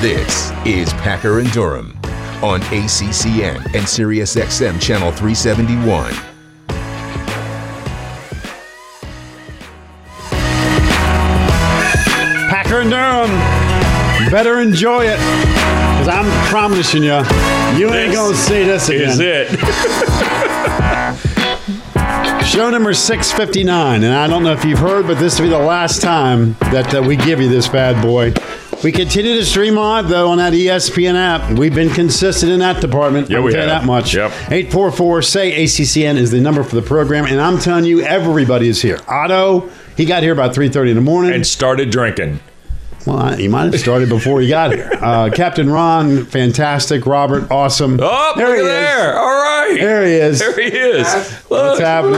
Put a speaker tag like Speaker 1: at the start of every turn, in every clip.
Speaker 1: This is Packer and Durham on ACCN and SiriusXM Channel 371.
Speaker 2: Packer and Durham. Better enjoy it. Because I'm promising you, you ain't
Speaker 3: This
Speaker 2: going to see this again.
Speaker 3: Is it?
Speaker 2: Show number 659. And I don't know if you've heard, but this will be the last time that, that we give you this bad boy. We continue to stream live, though, on that E ESPN app. We've been consistent in that department.
Speaker 3: Yeah,
Speaker 2: I can
Speaker 3: we
Speaker 2: tell you
Speaker 3: have.
Speaker 2: that much.
Speaker 3: Yep.
Speaker 2: 844 say ACCN is the number for the program. And I'm telling you, everybody is here. Otto, he got here about 3.30 in the morning.
Speaker 3: and started drinking.
Speaker 2: Well, I- you might have started before you got here. Uh, Captain Ron, fantastic. Robert, awesome.
Speaker 3: Oh, look at there. All right.
Speaker 2: There he is.
Speaker 3: There he is. Look.
Speaker 2: What's happening?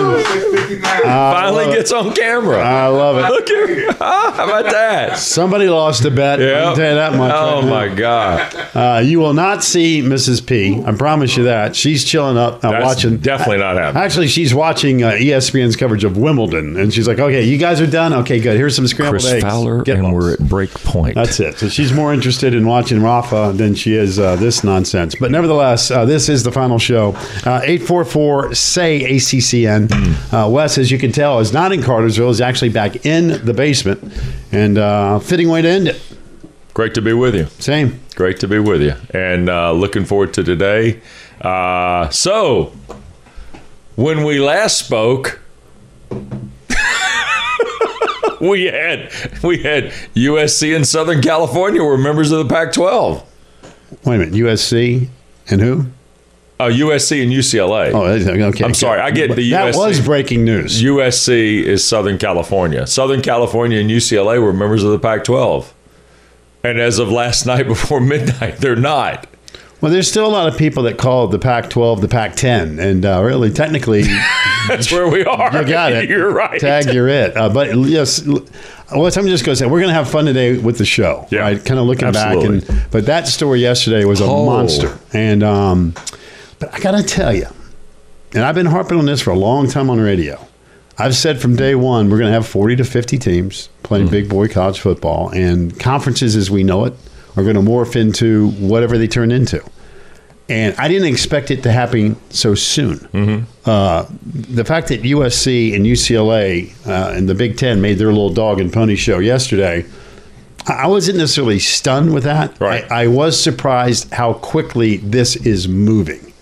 Speaker 3: Finally
Speaker 2: love it.
Speaker 3: gets on camera.
Speaker 2: I love it.
Speaker 3: look here. Ah, how about that?
Speaker 2: Somebody lost a bet. I
Speaker 3: Yeah.
Speaker 2: can tell you that much.
Speaker 3: Oh,
Speaker 2: right now.
Speaker 3: my God.
Speaker 2: Uh, you will not see Mrs. P. I promise you that. She's chilling up, uh,
Speaker 3: That's
Speaker 2: watching.
Speaker 3: definitely not happening.
Speaker 2: Actually, she's watching uh, ESPN's coverage of Wimbledon, and she's like, "Okay, you guys are done. Okay, good. Here's some scrambled
Speaker 3: Chris
Speaker 2: eggs.
Speaker 3: Fowler,
Speaker 2: Get
Speaker 3: and
Speaker 2: lost."
Speaker 3: we're at break point.
Speaker 2: That's it. So she's more interested in watching Rafa than she is uh, this nonsense. But nevertheless, uh, this is the final show. Uh, 844 say ACCN.
Speaker 3: Hmm.
Speaker 2: Uh, Wes, as you can tell, is not in Cartersville. Is actually back in the basement. And uh, fitting way to end it.
Speaker 3: Great to be with you.
Speaker 2: Same.
Speaker 3: Great to be with you. And uh, looking forward to today. Uh, so, when we last spoke, we had we had USC and Southern California were members of the Pac-12.
Speaker 2: Wait a minute. USC and who?
Speaker 3: Uh, USC and UCLA.
Speaker 2: Oh, okay.
Speaker 3: I'm sorry, I get the
Speaker 2: That
Speaker 3: USC.
Speaker 2: was breaking news.
Speaker 3: USC is Southern California. Southern California and UCLA were members of the Pac-12. And as of last night before midnight, they're not.
Speaker 2: Well, there's still a lot of people that call the Pac 12 the Pac 10. And uh, really, technically,
Speaker 3: That's where we are.
Speaker 2: You got it.
Speaker 3: You're right.
Speaker 2: Tag, you're it. Uh, but yes, l- well, I'm just going to say we're going to have fun today with the show.
Speaker 3: Yeah.
Speaker 2: Right? Kind of looking back,
Speaker 3: Absolutely.
Speaker 2: and but that story yesterday was a
Speaker 3: Oh.
Speaker 2: monster. And um, but I got to tell you, and I've been harping on this for a long time on radio. I've said from day one we're going to have 40 to 50 teams
Speaker 3: Hmm.
Speaker 2: playing big boy college football, and conferences as we know it are going to morph into whatever they turn into. And I didn't expect it to happen so soon.
Speaker 3: Mm-hmm.
Speaker 2: Uh, the fact that USC and UCLA uh, and the Big Ten made their little dog and pony show yesterday, I I wasn't necessarily stunned with that.
Speaker 3: Right.
Speaker 2: I, I was surprised how quickly this is moving.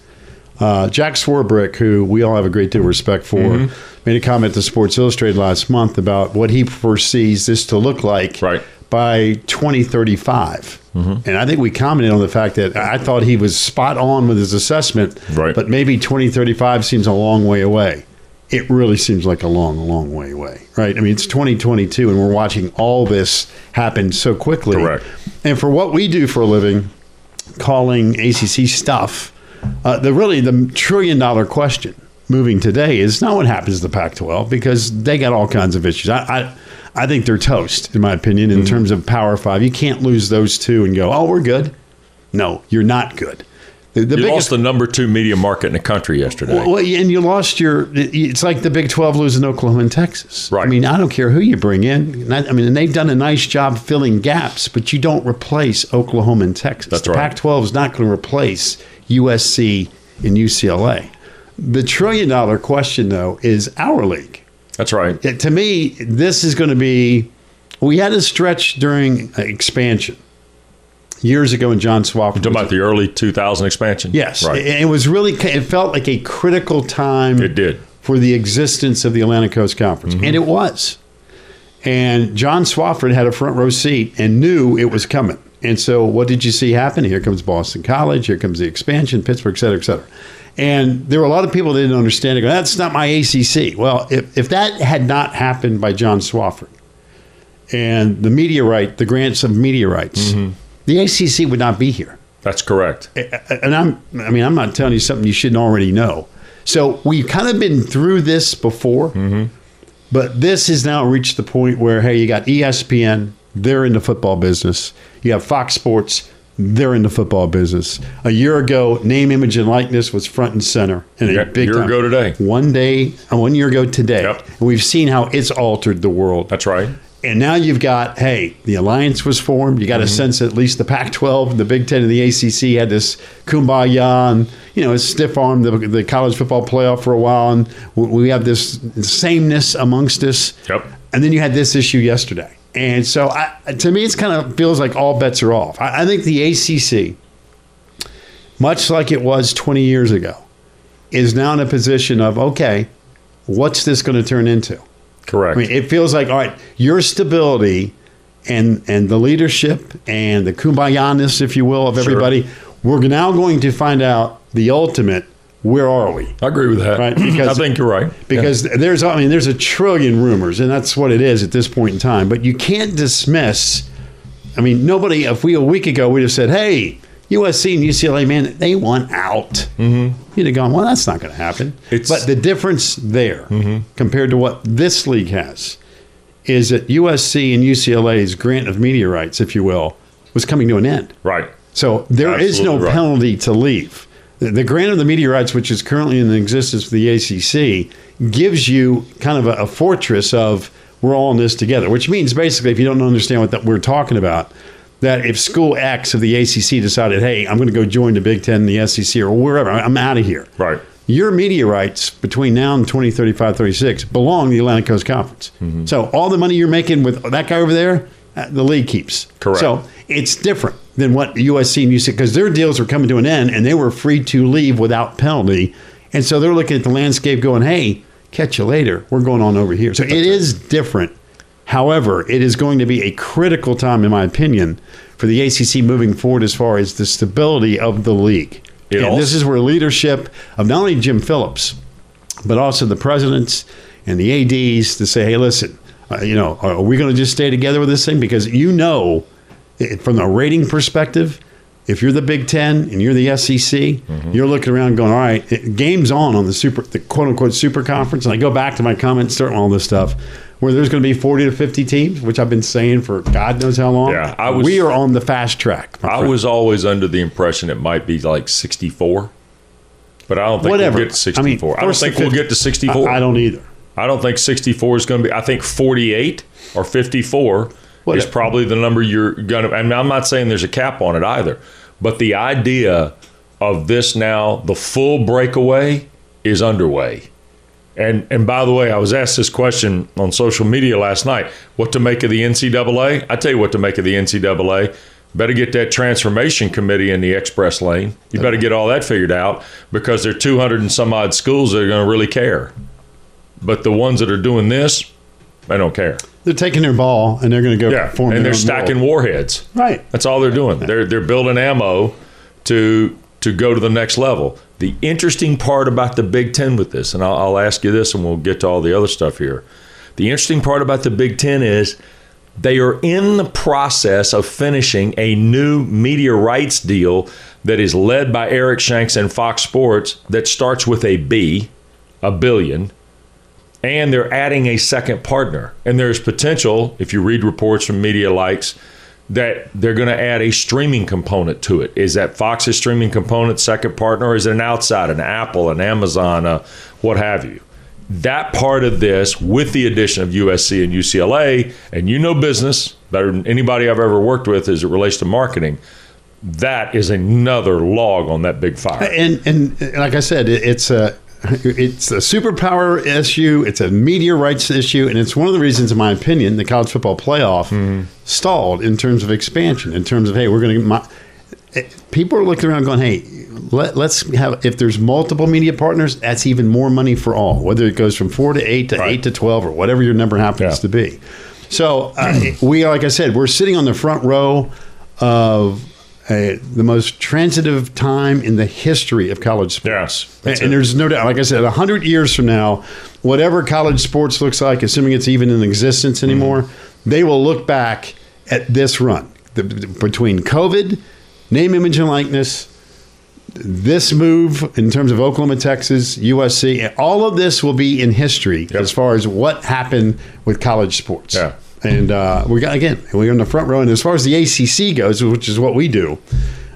Speaker 2: Uh, Jack Swarbrick, who we all have a great deal of respect for,
Speaker 3: Mm-hmm.
Speaker 2: made a comment to Sports Illustrated last month about what he foresees this to look like
Speaker 3: Right.
Speaker 2: by 2035.
Speaker 3: Mm-hmm.
Speaker 2: And I think we commented on the fact that I thought he was spot on with his assessment,
Speaker 3: Right.
Speaker 2: but maybe 2035 seems a long way away. It really seems like a long, long way away, right? I mean, it's 2022 and we're watching all this happen so quickly.
Speaker 3: Correct.
Speaker 2: And for what we do for a living, calling ACC stuff, uh, the really the trillion dollar question moving today is not what happens to the Pac-12 because they got all kinds of issues. I I, I think they're toast in my opinion in terms of Power Five. You can't lose those two and go, oh, we're good. No, you're not good. The, the
Speaker 3: You lost the number two media market in the country yesterday.
Speaker 2: well, and you lost your. It's like the Big Twelve losing Oklahoma and Texas.
Speaker 3: Right.
Speaker 2: I mean, I don't care who you bring in. Not- I mean, and they've done a nice job filling gaps, but you don't replace Oklahoma and Texas.
Speaker 3: That's
Speaker 2: the
Speaker 3: right.
Speaker 2: Pac-12 is not going to replace USC and UCLA. The trillion-dollar question, though, is our league.
Speaker 3: That's right.
Speaker 2: Yeah, to me, this is going to be. We had a stretch during uh, expansion years ago when John Swafford.
Speaker 3: Talking
Speaker 2: was-
Speaker 3: about the early 2000 expansion.
Speaker 2: Yes,
Speaker 3: Right.
Speaker 2: it, it was really. It felt like a critical time.
Speaker 3: It did.
Speaker 2: for the existence of the Atlantic Coast Conference, and it was. And John Swafford had a front row seat and knew it was coming. And so, what did you see happen? Here comes Boston College. Here comes the expansion, Pittsburgh, et cetera, et cetera. And there were a lot of people that didn't understand it. Go, That's not my ACC. Well, if, if that had not happened by John Swafford and the meteorite, the grants of meteorites, the ACC would not be here
Speaker 3: That's correct.
Speaker 2: and I'm I mean I'm not telling you something you shouldn't already know. So we've kind of been through this before,
Speaker 3: Mm-hmm.
Speaker 2: but this has now reached the E point where hey, you got ESPN, they're in the football business. You have Fox Sports, They're in the football business. A year ago, name, image, and likeness was front and center. And
Speaker 3: Yeah,
Speaker 2: a big
Speaker 3: year
Speaker 2: time.
Speaker 3: ago today.
Speaker 2: One day, uh, one year ago today.
Speaker 3: Yep.
Speaker 2: And we've seen how it's altered the world.
Speaker 3: That's right.
Speaker 2: And now you've got, hey, the alliance was formed. You got a sense at least the Pac 12, the Big Ten, and the ACC had this kumbaya and, you know, stiff arm the, the college football playoff for a while. And we- we have this sameness amongst us.
Speaker 3: Yep.
Speaker 2: And then you had this issue yesterday. And so I, to me, it's kind of feels like all bets are off. I, I think the ACC, much like it was 20 years ago, is now in a position of, okay, what's this going to turn into?
Speaker 3: Correct.
Speaker 2: I mean, it feels like all right, your stability and and the leadership and the kumbaya-ness, if you will, of everybody. We're now going to find out the ultimate. Where are we?
Speaker 3: I agree with that.
Speaker 2: Right, because-
Speaker 3: I think you're right.
Speaker 2: Because there's, I mean, there's a trillion rumors, and that's what it is at this point in time. But you can't dismiss. I mean, nobody. If we a week ago we'd have said, "Hey, USC and UCLA, man, they want out," you'd have gone, "Well, that's not going to happen."
Speaker 3: It's-
Speaker 2: but the difference there compared to what this league has is that USC and UCLA's grant of media rights, if you will, was coming to an end.
Speaker 3: right.
Speaker 2: So there is
Speaker 3: Absolutely
Speaker 2: no
Speaker 3: right.
Speaker 2: penalty to leave. The, the grant of the meteorites, which is currently in existence for the ACC, gives you kind of a, a fortress of we're all in this together, which means basically, if you don't understand what that we're talking about, that if school X of the ACC decided, hey, I'm going to go join the Big Ten, the SEC, or wherever, I'm out of here.
Speaker 3: Right.
Speaker 2: Your meteorites between now and 2035, 36 belong to the Atlantic Coast Conference.
Speaker 3: Mm-hmm.
Speaker 2: So all the money you're making with that guy over there, uh, the league keeps.
Speaker 3: Correct.
Speaker 2: So it's different than what USC and UC because their deals were coming to an end and they were free to leave without penalty. And so they're looking at the landscape going, hey, catch you later. We're going on over here. So it is different. However, it is going to be a critical time, in my opinion, for the ACC moving forward as far as the stability of the league.
Speaker 3: It
Speaker 2: and
Speaker 3: also-
Speaker 2: this is where leadership of not only Jim Phillips, but also the presidents and the ads to say, hey, listen, uh, you know, are, are we going to just stay together with this thing? Because you know, i- from a rating perspective, if you're the Big Ten and you're the SEC,
Speaker 3: Mm-hmm.
Speaker 2: you're looking around going, all right, it, game's on on the super, the quote unquote super conference. And I go back to my comments, starting all this stuff, where there's going to be 40 to 50 teams, which I've been saying for God knows how long.
Speaker 3: Yeah, I was-
Speaker 2: we are on the fast track. my
Speaker 3: I
Speaker 2: friend.
Speaker 3: was always under the impression it might be like 64, but I don't think
Speaker 2: Whatever.
Speaker 3: we'll get to
Speaker 2: I
Speaker 3: 64. I,
Speaker 2: mean,
Speaker 3: don't
Speaker 2: first to
Speaker 3: think we'll
Speaker 2: 50
Speaker 3: get to
Speaker 2: I,
Speaker 3: 64.
Speaker 2: I don't either.
Speaker 3: I don't think 64 is going to be. I think 48 or 54
Speaker 2: Well,
Speaker 3: is
Speaker 2: yeah.
Speaker 3: probably the number you're going to. And I'm not saying there's a cap on it either, but the idea of this now, the full breakaway is underway. And and by the way, I was asked this question on social media last night: what to make of the NCAA? I tell you what to make of the NCAA. Better get that transformation committee in the express lane. You better get all that figured out because there are 200 and some odd schools that are going to really care. But the ones that are doing this, they don't care.
Speaker 2: They're taking their ball and they're going to go
Speaker 3: Yeah,
Speaker 2: form
Speaker 3: and
Speaker 2: their
Speaker 3: they're
Speaker 2: own
Speaker 3: stacking
Speaker 2: world.
Speaker 3: warheads.
Speaker 2: Right.
Speaker 3: That's all they're doing. They're they're building ammo to to go to the next level. The interesting part about the Big Ten with this, and I'll, I'll ask you this, and we'll get to all the other stuff here. The interesting part about the Big Ten is they are in the process of finishing a new media rights deal that is led by Eric Shanks and Fox Sports that starts with a B, a billion and they're adding a second partner. And there's potential, if you read reports from media likes, that they're going to add a streaming component to it. Is that Fox's streaming component second partner, or is it an outside, an Apple, an Amazon, uh, what have you? That part of this, with the addition of USC and UCLA, and you know business better than anybody I've ever worked with as it relates to marketing, that is another log on that big fire.
Speaker 2: And, and and like I said, it, it's a it's a superpower issue. It's a media rights issue, and it's one of the reasons, in my opinion, the college football playoff stalled in terms of expansion. In terms of hey, we're going to. People are looking around, going, "Hey, let, let's have." If there's multiple media partners, that's even more money for all. Whether it goes from four to eight to eight to twelve or whatever your number happens
Speaker 3: Yeah.
Speaker 2: to be. So uh, we, are, like I said, we're sitting on the front row of uh the most transitive time in the history of college sports.
Speaker 3: Yes, that's
Speaker 2: and, and
Speaker 3: it.
Speaker 2: there's no doubt. Like I said, hundred years from now, whatever college sports looks like, assuming it's even in existence anymore,
Speaker 3: Mm-hmm.
Speaker 2: they will look back at this run the, between COVID, name, image, and likeness. This move in terms of Oklahoma, Texas, USC, and all of this will be in history as far as what happened with college sports.
Speaker 3: Yeah.
Speaker 2: And uh, we got again, we're in the front row. And as far as the ACC goes, which is what we do,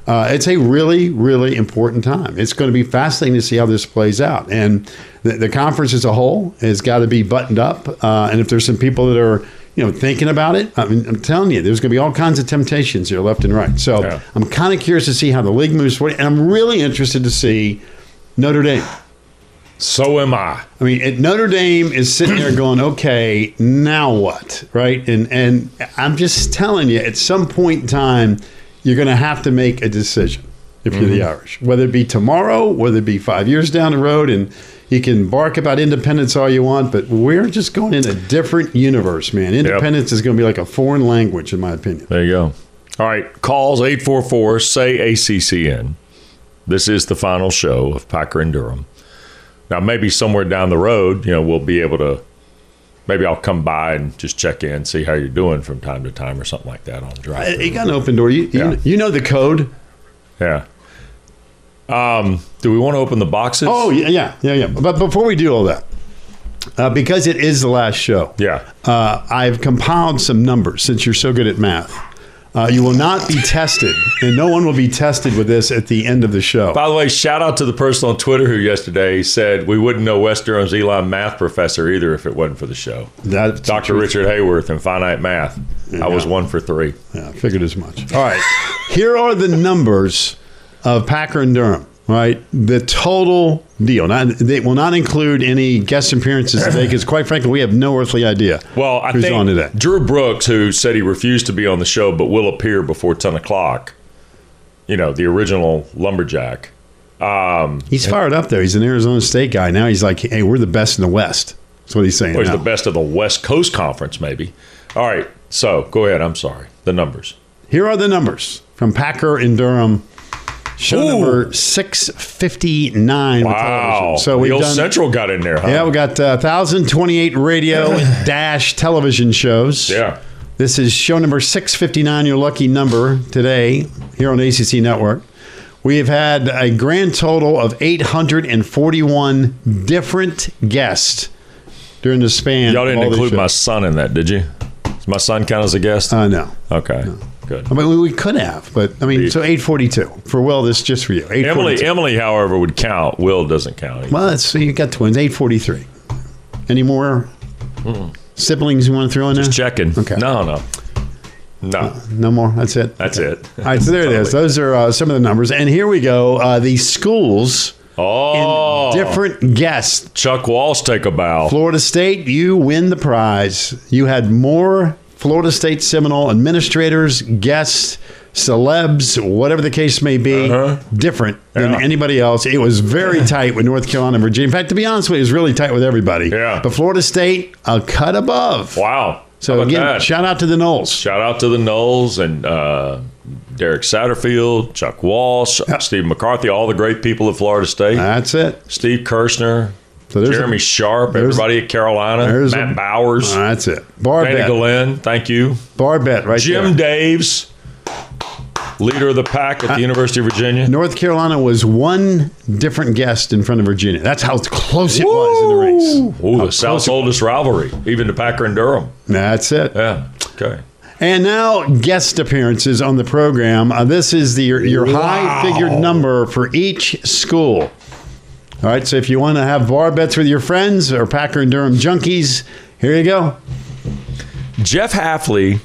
Speaker 2: uh, it's a really, really important time. It's going to be fascinating to see how this plays out. And the, the conference as a whole has got to be buttoned up. Uh, and if there's some people that are, you know, thinking about it, I mean, I'm telling you, there's going to be all kinds of temptations here, left and right. So
Speaker 3: Yeah.
Speaker 2: I'm kind of curious to see how the league moves forward. And I'm really interested to see Notre Dame.
Speaker 3: So am I.
Speaker 2: I mean, at Notre Dame is sitting there going, "Okay, now what?" Right? And and I'm just telling you, at some point in time, you're going to have to make a decision if you're the Irish, whether it be tomorrow, whether it be five years down the road, and you can bark about independence all you want, but we're just going in a different universe, man. Independence is going to be like a foreign language, in my opinion.
Speaker 3: There you go. All right, calls 844 say ACCN. This is the final show of Packer and Durham. Now, maybe somewhere down the road, you know, we'll be able to. Maybe I'll come by and just check in, see how you're doing from time to time, or something like that on the drive.
Speaker 2: You got an open door. You you,
Speaker 3: Yeah.
Speaker 2: you know the code.
Speaker 3: Yeah. Um, do we want to open the boxes?
Speaker 2: Oh yeah, yeah, yeah, yeah. But before we do all that, uh, because it is the last show.
Speaker 3: yeah.
Speaker 2: uh, I've compiled some numbers since you're so good at math. Uh, you will not be tested, and no one will be tested with this at the end of the show.
Speaker 3: By the way, shout out to the person on Twitter who yesterday said we wouldn't know West Durham's Elon math professor either if it wasn't for the show.
Speaker 2: That's
Speaker 3: Dr. Richard Hayworth in finite math. I was one for three.
Speaker 2: Yeah, I figured as much. All right. Here are the numbers of Packer and Durham, right? The total deal. Not, they will not include any guest appearances today because, quite frankly, we have no earthly idea
Speaker 3: Well, I
Speaker 2: who's
Speaker 3: think
Speaker 2: on today.
Speaker 3: Drew Brooks, who said he refused to be on the show but will appear before ten o'clock. You know, the original lumberjack.
Speaker 2: He's fired up, though. He's an Arizona State guy. Now he's like, hey, we're the best in the West. That's what he's saying.
Speaker 3: Well, he's
Speaker 2: now.
Speaker 3: the best of the West Coast Conference, maybe. All right, so go ahead. I'm sorry. The numbers.
Speaker 2: Here are the numbers from Packer and Durham. Show
Speaker 3: Ooh.
Speaker 2: number six fifty nine.
Speaker 3: Wow.
Speaker 2: So
Speaker 3: the
Speaker 2: we've
Speaker 3: old
Speaker 2: done.
Speaker 3: Central got in there, huh?
Speaker 2: yeah, we got uh, thousand twenty eight radio and dash television shows.
Speaker 3: Yeah.
Speaker 2: This is show number six fifty nine. Your lucky number today here on ACC Network. We have had a grand total of eight hundred and forty one different guests during the span.
Speaker 3: Y'all
Speaker 2: of
Speaker 3: didn't
Speaker 2: all these
Speaker 3: include my
Speaker 2: shows.
Speaker 3: son in that, did you? Does my son count as a guest?
Speaker 2: Uh, no.
Speaker 3: okay. Good.
Speaker 2: I mean, we- we could have, but I mean,
Speaker 3: Eight.
Speaker 2: so 842 for Will. This is just for you. 842.
Speaker 3: Emily, Emily, however, would count. Will doesn't count.
Speaker 2: Well, that's, so you got twins. Eight forty-three. Any more siblings you want to throw in there?
Speaker 3: Hmm. Just checking.
Speaker 2: Okay.
Speaker 3: No, no. No,
Speaker 2: No more. That's it.
Speaker 3: that's it.
Speaker 2: All right. So there it is. Those are uh, some of the numbers. And here we go. Uh, the schools in
Speaker 3: Oh,
Speaker 2: different guests.
Speaker 3: Chuck Walsh take a bow.
Speaker 2: Florida State, you win the prize. You had more Florida State Seminole administrators, guests, celebs, whatever the case may be,
Speaker 3: Uh-huh.
Speaker 2: different than
Speaker 3: Yeah.
Speaker 2: anybody else. It was very tight with North Carolina and Virginia. In fact, to be honest with you, it was really tight with everybody.
Speaker 3: Yeah.
Speaker 2: But Florida State, a cut above.
Speaker 3: Wow.
Speaker 2: So
Speaker 3: How about
Speaker 2: again,
Speaker 3: that?
Speaker 2: shout out to the Knowles.
Speaker 3: Shout out to the Knowles and uh, Derek Satterfield, Chuck Walsh, Steve McCarthy, all the great people at Florida State.
Speaker 2: That's it.
Speaker 3: Steve Kirshner,
Speaker 2: So Uh, there's a-
Speaker 3: Jeremy Sharp,
Speaker 2: there's-
Speaker 3: everybody at Carolina,
Speaker 2: there's a-
Speaker 3: Matt Bowers,
Speaker 2: Oh, That's it.
Speaker 3: Danny
Speaker 2: Barbet.
Speaker 3: Glenn, thank you.
Speaker 2: Barbet right
Speaker 3: Jim
Speaker 2: there.
Speaker 3: Daves, leader of the pack at the University of Virginia.
Speaker 2: North Carolina was one different guest in front of Virginia. That's how close it was in the race.
Speaker 3: Ooh, the South's oldest rivalry, even to Packer and Durham.
Speaker 2: That's it.
Speaker 3: Yeah. Okay.
Speaker 2: And now guest appearances on the program. Uh, this is the your, your high figured number for each school. All right, so if you want to have bar bets with your friends or Packer and Durham junkies, here you go.
Speaker 3: Jeff Halfley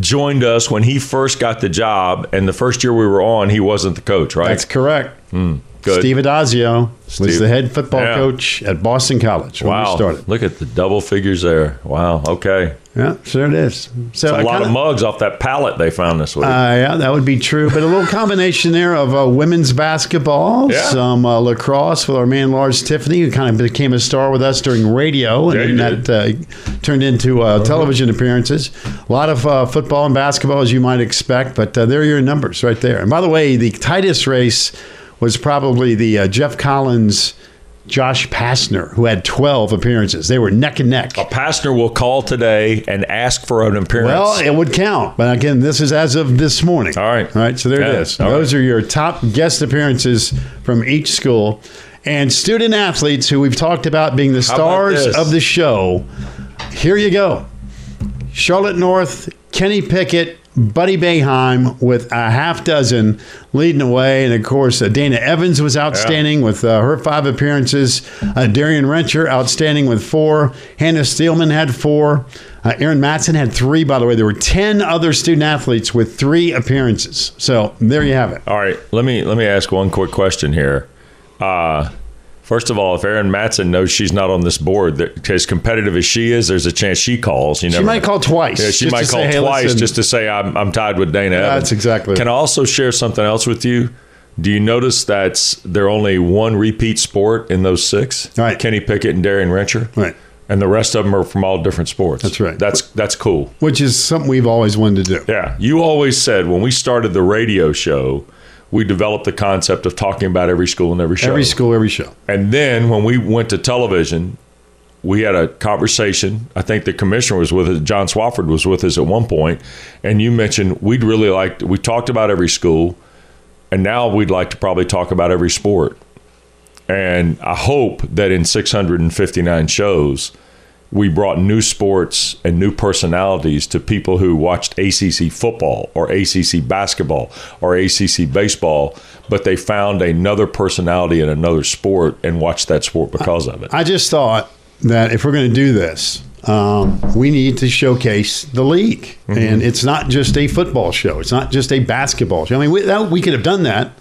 Speaker 3: joined us when he first got the job, and the first year we were on, he wasn't the coach, right?
Speaker 2: That's correct.
Speaker 3: Hmm, good.
Speaker 2: Steve Adazio was
Speaker 3: Steve.
Speaker 2: the head football
Speaker 3: Yeah.
Speaker 2: coach at Boston College when
Speaker 3: wow.
Speaker 2: we started.
Speaker 3: Look at the double figures there. Wow. Okay.
Speaker 2: Yeah, sure it is. So
Speaker 3: A
Speaker 2: I
Speaker 3: lot
Speaker 2: kinda-
Speaker 3: of mugs off that pallet they found this week.
Speaker 2: Uh, yeah, that would be true. But a little combination there of uh, women's basketball,
Speaker 3: Yeah.
Speaker 2: some uh, lacrosse with our man Lars Tiffany, who kind of became a star with us during radio,
Speaker 3: Yeah,
Speaker 2: and
Speaker 3: he
Speaker 2: then that uh, turned into uh, television appearances. A lot of uh, football and basketball, as you might expect. But uh, there are your numbers right there. And by the way, the tightest race was probably the uh, Jeff Collins. Josh Pastner, who had 12 appearances. They were neck and neck.
Speaker 3: a pastor will call today and ask for an appearance.
Speaker 2: Well, it would count, but again, this is as of this morning.
Speaker 3: All right.
Speaker 2: all right. So there
Speaker 3: Yeah,
Speaker 2: it is.
Speaker 3: all
Speaker 2: Those are your top guest appearances from each school, and student athletes who we've talked about being the
Speaker 3: about
Speaker 2: stars
Speaker 3: this?
Speaker 2: of the show. Here you go. Charlotte North, Kenny Pickett, Buddy Bayheim with a half dozen leading the way. And of course, uh, Dana Evans was outstanding with uh, her five appearances. Uh, Darian Rencher outstanding with four. Hannah Steelman had four. Uh, Aaron Matson had three, by the way. There were 10 other student athletes with three appearances. So there you have it.
Speaker 3: All right, let me let me ask one quick question here. Uh, first of all, if Erin Matson knows she's not on this board, that as competitive as she is, there's a chance she calls. You know,
Speaker 2: She might call twice.
Speaker 3: Yeah, she
Speaker 2: just
Speaker 3: might
Speaker 2: to
Speaker 3: call
Speaker 2: say, "Hey,
Speaker 3: twice
Speaker 2: listen."
Speaker 3: just to say I'm, I'm tied with Dana.
Speaker 2: That's
Speaker 3: Evans."
Speaker 2: exactly-
Speaker 3: Can I also share something else with you? Do you notice that's there are only one repeat sport in those six?
Speaker 2: Right.
Speaker 3: Kenny Pickett and Darian Rencher.
Speaker 2: Right.
Speaker 3: And the rest of them are from all different sports.
Speaker 2: That's right.
Speaker 3: That's that's cool.
Speaker 2: Which is something we've always wanted to do.
Speaker 3: Yeah. You always said when we started the radio show, we developed the concept of talking about every school and every show.
Speaker 2: Every school, every show.
Speaker 3: And then when we went to television, we had a conversation. I think the commissioner was with us, John Swafford was with us at one point, and you mentioned we'd really like we talked about every school, and now we'd like to probably talk about every sport. And I hope that in 659 shows, we brought new sports and new personalities to people who watched ACC football or ACC basketball or ACC baseball, but they found another personality in another sport and watched that sport because of it.
Speaker 2: I just thought that if we're going to do this, um, we need to showcase the league,
Speaker 3: Mm-hmm.
Speaker 2: and it's not just a football show. It's not just a basketball show. I mean, we, that, we could have done that,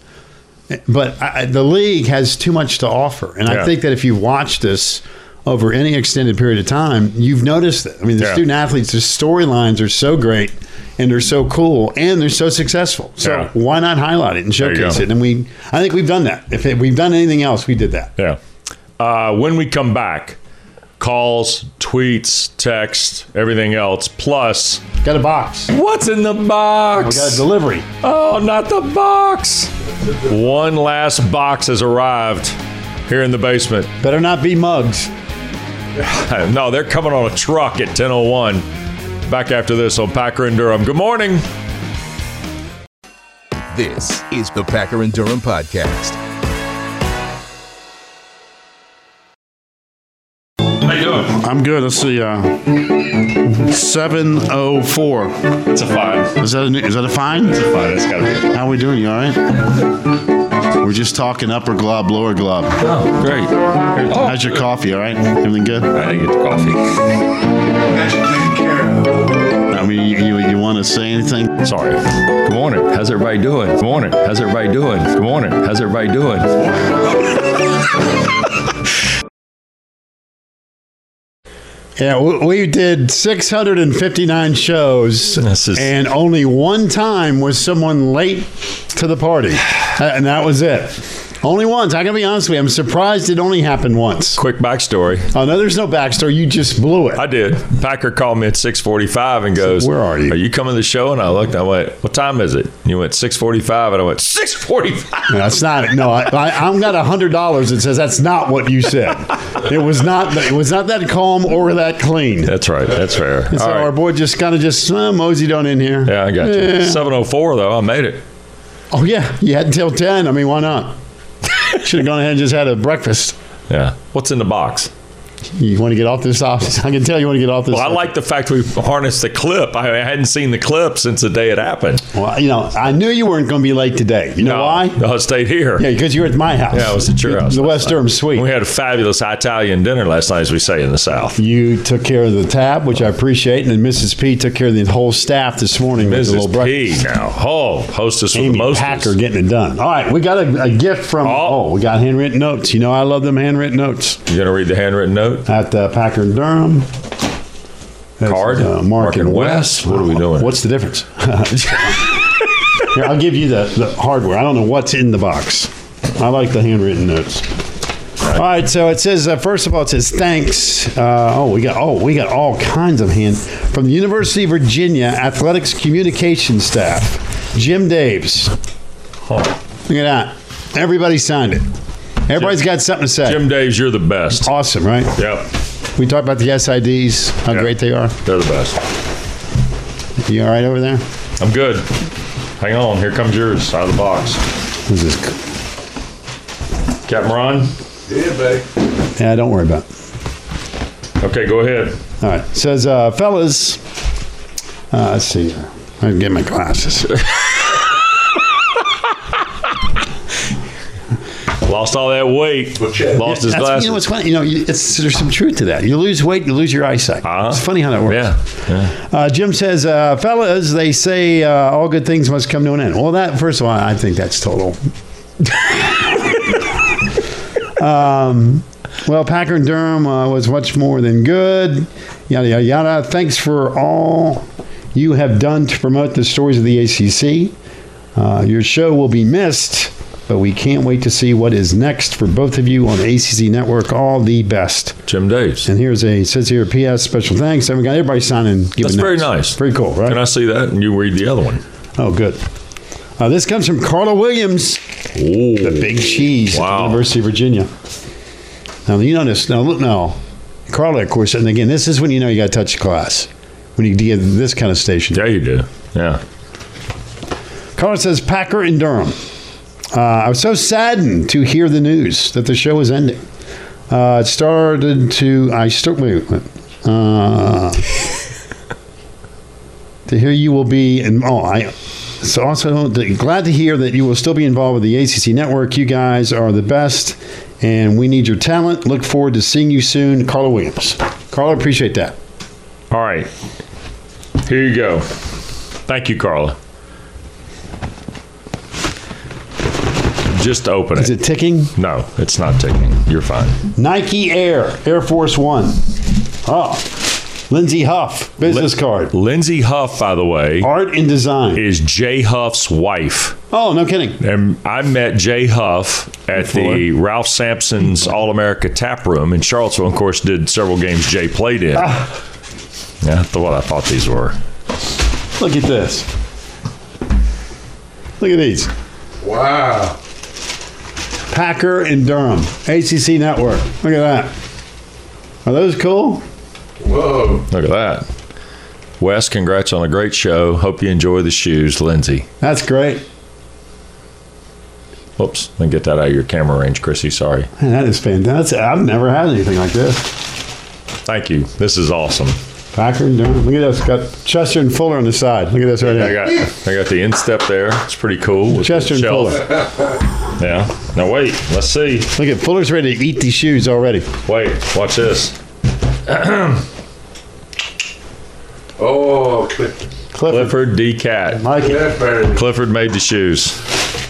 Speaker 2: but I, I- the league has too much to offer, and
Speaker 3: Yeah.
Speaker 2: I think that if you've watched this over any extended period of time, you've noticed that. I mean, the
Speaker 3: Yeah.
Speaker 2: student athletes, the storylines are so great, and they're so cool, and they're so successful. So
Speaker 3: Yeah.
Speaker 2: why not highlight it and
Speaker 3: you
Speaker 2: showcase
Speaker 3: go.
Speaker 2: it? And we, I think we've done that. If we've done anything else, we did that.
Speaker 3: Yeah. Uh, when we come back, calls, tweets, text, everything else, plus
Speaker 2: Got a box.
Speaker 3: what's in the box?
Speaker 2: We got a delivery.
Speaker 3: Oh, not the box. One last box has arrived here in the basement.
Speaker 2: Better not be mugs.
Speaker 3: No, they're coming on a truck at 1001. Back after this on Packer and Durham. Good morning.
Speaker 1: This is the Packer and Durham Podcast.
Speaker 3: How you doing?
Speaker 4: I'm good. Let's see. Uh, Seven oh four.
Speaker 3: It's a fine.
Speaker 4: Is that a new, is that a fine?
Speaker 3: Fine, it's gotta be.
Speaker 4: How we doing? You all right? We're just talking upper glob, lower glob.
Speaker 3: Oh, great.
Speaker 4: How's your coffee? All right? Everything good?
Speaker 3: I didn't get the coffee.
Speaker 4: I mean, you you, you want to say anything?
Speaker 3: Sorry. Good morning. How's everybody doing? Good morning. How's everybody doing? Good morning. How's everybody doing?
Speaker 2: Yeah, we, we did 659 shows,
Speaker 3: This is-
Speaker 2: and only one time was someone late to the party, Uh, and that was it. Only once. I gotta be honest with you. I'm surprised it only happened once.
Speaker 3: Quick backstory.
Speaker 2: Oh no, there's no backstory. You just blew it.
Speaker 3: I did. Packer called me at 6:45 and goes,
Speaker 2: "Where are you?"
Speaker 3: Are you coming to the show?" And I looked. and I went, "What time is it?" And you went 6:45, and I went 6:45.
Speaker 2: No, that's not it. No, I, I, I'm got a hundred dollars that says that's not what you said. It was not. It was not that calm or that clean.
Speaker 3: That's right. That's fair.
Speaker 2: So
Speaker 3: All right.
Speaker 2: our boy just kind of just uh, moseyed on in here.
Speaker 3: Yeah, I got you.
Speaker 2: Yeah.
Speaker 3: 7:04 though. I made it.
Speaker 2: Oh yeah, you had until ten. I mean, why not? Should have gone ahead and just had a breakfast.
Speaker 3: Yeah. What's in the box?
Speaker 2: You want to get off this office? I can tell you want to get off this.
Speaker 3: Well, I like the fact we harnessed the clip. I I hadn't seen the clip since the day it happened.
Speaker 2: Well, you know, I knew you weren't going to be late today. You know why?
Speaker 3: I stayed here.
Speaker 2: Yeah, because you were at my house.
Speaker 3: Yeah, I was at your house
Speaker 2: The
Speaker 3: last
Speaker 2: West Durham Suite.
Speaker 3: We had a fabulous Italian dinner last night, as we say in the South.
Speaker 2: You took care of the tab, which I appreciate, and then Mrs. P took care of the whole staff this morning with the little
Speaker 3: Mrs.
Speaker 2: breakfast.
Speaker 3: P now. Oh, hostess with the
Speaker 2: Amy
Speaker 3: most.
Speaker 2: Packer getting it done. All right, we got a, a gift from.
Speaker 3: Oh.
Speaker 2: Oh. we got handwritten notes. You know, I love them handwritten notes
Speaker 3: You going to read the handwritten note?
Speaker 2: at uh, Packer and Durham. That's,
Speaker 3: Card?
Speaker 2: uh, Mark, and, West.
Speaker 3: What are we doing?
Speaker 2: What's the difference? Here, I'll give you the, the hardware. I don't know what's in the box. I like the handwritten notes. All right, so it says uh, first of all, it says thanks. Uh, oh, we got oh, we got all kinds of hand from the University of Virginia athletics communication staff, Jim Daves. Look at that! Everybody signed it. Everybody's got something to say.
Speaker 3: Jim Daves, you're the best.
Speaker 2: Awesome, right?
Speaker 3: Yep,
Speaker 2: We talked about the SIDs, how
Speaker 3: Yeah.
Speaker 2: great they are.
Speaker 3: they're the best.
Speaker 2: You all right over there?
Speaker 3: I'm good. Hang on, here comes yours out of the box.
Speaker 2: This is.
Speaker 3: Captain Ron?
Speaker 2: Yeah, don't worry about. it.
Speaker 3: Okay, go ahead.
Speaker 2: All right. Says, uh, fellas, Uh, let's see. here. I didn't get my glasses.
Speaker 3: Lost all that weight. Lost his
Speaker 2: That's-
Speaker 3: glasses.
Speaker 2: You know what's funny? You know, you- it's, there's some truth to that. You lose weight, you lose your eyesight.
Speaker 3: Uh-huh.
Speaker 2: It's funny how that works.
Speaker 3: yeah.
Speaker 2: Uh, Jim says, uh, fellas, they say uh, all good things must come to an end. Well, that, first of all, I think that's total. um, Um, well, Packer and Durham uh, was much more than good. Yada, yada, yada. Thanks for all you have done to promote the stories of the ACC. Uh, your show will be missed, but we can't wait to see what is next for both of you on ACC Network. All the best.
Speaker 3: Jim Daves.
Speaker 2: And here's a it says here P.S. Special thanks. And we got everybody signing. Giving
Speaker 3: That's very
Speaker 2: notes.
Speaker 3: nice.
Speaker 2: Pretty cool, right?
Speaker 3: Can I see that? And you read the other one.
Speaker 2: oh, good. Uh, this comes from Carla Williams,
Speaker 3: Oh,
Speaker 2: the big cheese at the
Speaker 3: Wow.
Speaker 2: University of Virginia. Now you notice. Now look now, Carla, of course. And again, this is when you know you got to touch the class when you get this kind of station.
Speaker 3: Yeah, you do. Yeah.
Speaker 2: Carla says Packer in Durham. Uh, I was so saddened to hear the news that the show was ending. Uh, it started to I start wait, wait, uh, to hear you will be and oh I so also the, glad to hear that you will still be involved with the ACC network. You guys are the best, and we need your talent. Look forward to seeing you soon, Carla Williams. Carla, appreciate that.
Speaker 3: All right. Here you go. Thank you, Carla. Just open
Speaker 2: Is
Speaker 3: it.
Speaker 2: it ticking?
Speaker 3: No, it's not ticking. You're fine.
Speaker 2: Nike Air Air Force One. Oh, Lindsey Huff business card.
Speaker 3: Lindsay Huff, by the way,
Speaker 2: Art and design.
Speaker 3: is Jay Huff's wife.
Speaker 2: Oh, no kidding.
Speaker 3: And I met Jay Huff at the Ralph Sampson's All America Tap Room in Charlottesville. Of course, did several games Jay played in. Yeah, that's what I thought these were.
Speaker 2: Look at this. Look at these.
Speaker 5: Wow.
Speaker 2: Packer and Durham. ACC Network. Look at that. Are those cool?
Speaker 5: Whoa.
Speaker 3: Look at that. Wes, congrats on a great show. Hope you enjoy the shoes, Lindsay.
Speaker 2: That's great.
Speaker 3: Whoops, let me get that out of your camera range, Chrissy. Sorry.
Speaker 2: Man, that is fantastic. I've never had anything like this.
Speaker 3: Thank you. This is awesome.
Speaker 2: Packer and Durham. Look at this. Got Chester and Fuller on the side. Look at this right
Speaker 3: I
Speaker 2: here.
Speaker 3: got I got the instep there. It's pretty cool. with the
Speaker 2: Chester and
Speaker 3: shelf.
Speaker 2: Fuller.
Speaker 3: Yeah. Now wait. Let's see.
Speaker 2: Look at Fuller's ready to eat these shoes already.
Speaker 3: Wait. Watch this.
Speaker 5: Oh, Cliff.
Speaker 2: Clifford.
Speaker 3: Clifford D. Cat.
Speaker 2: Like it.
Speaker 5: That better.
Speaker 3: Clifford made the shoes.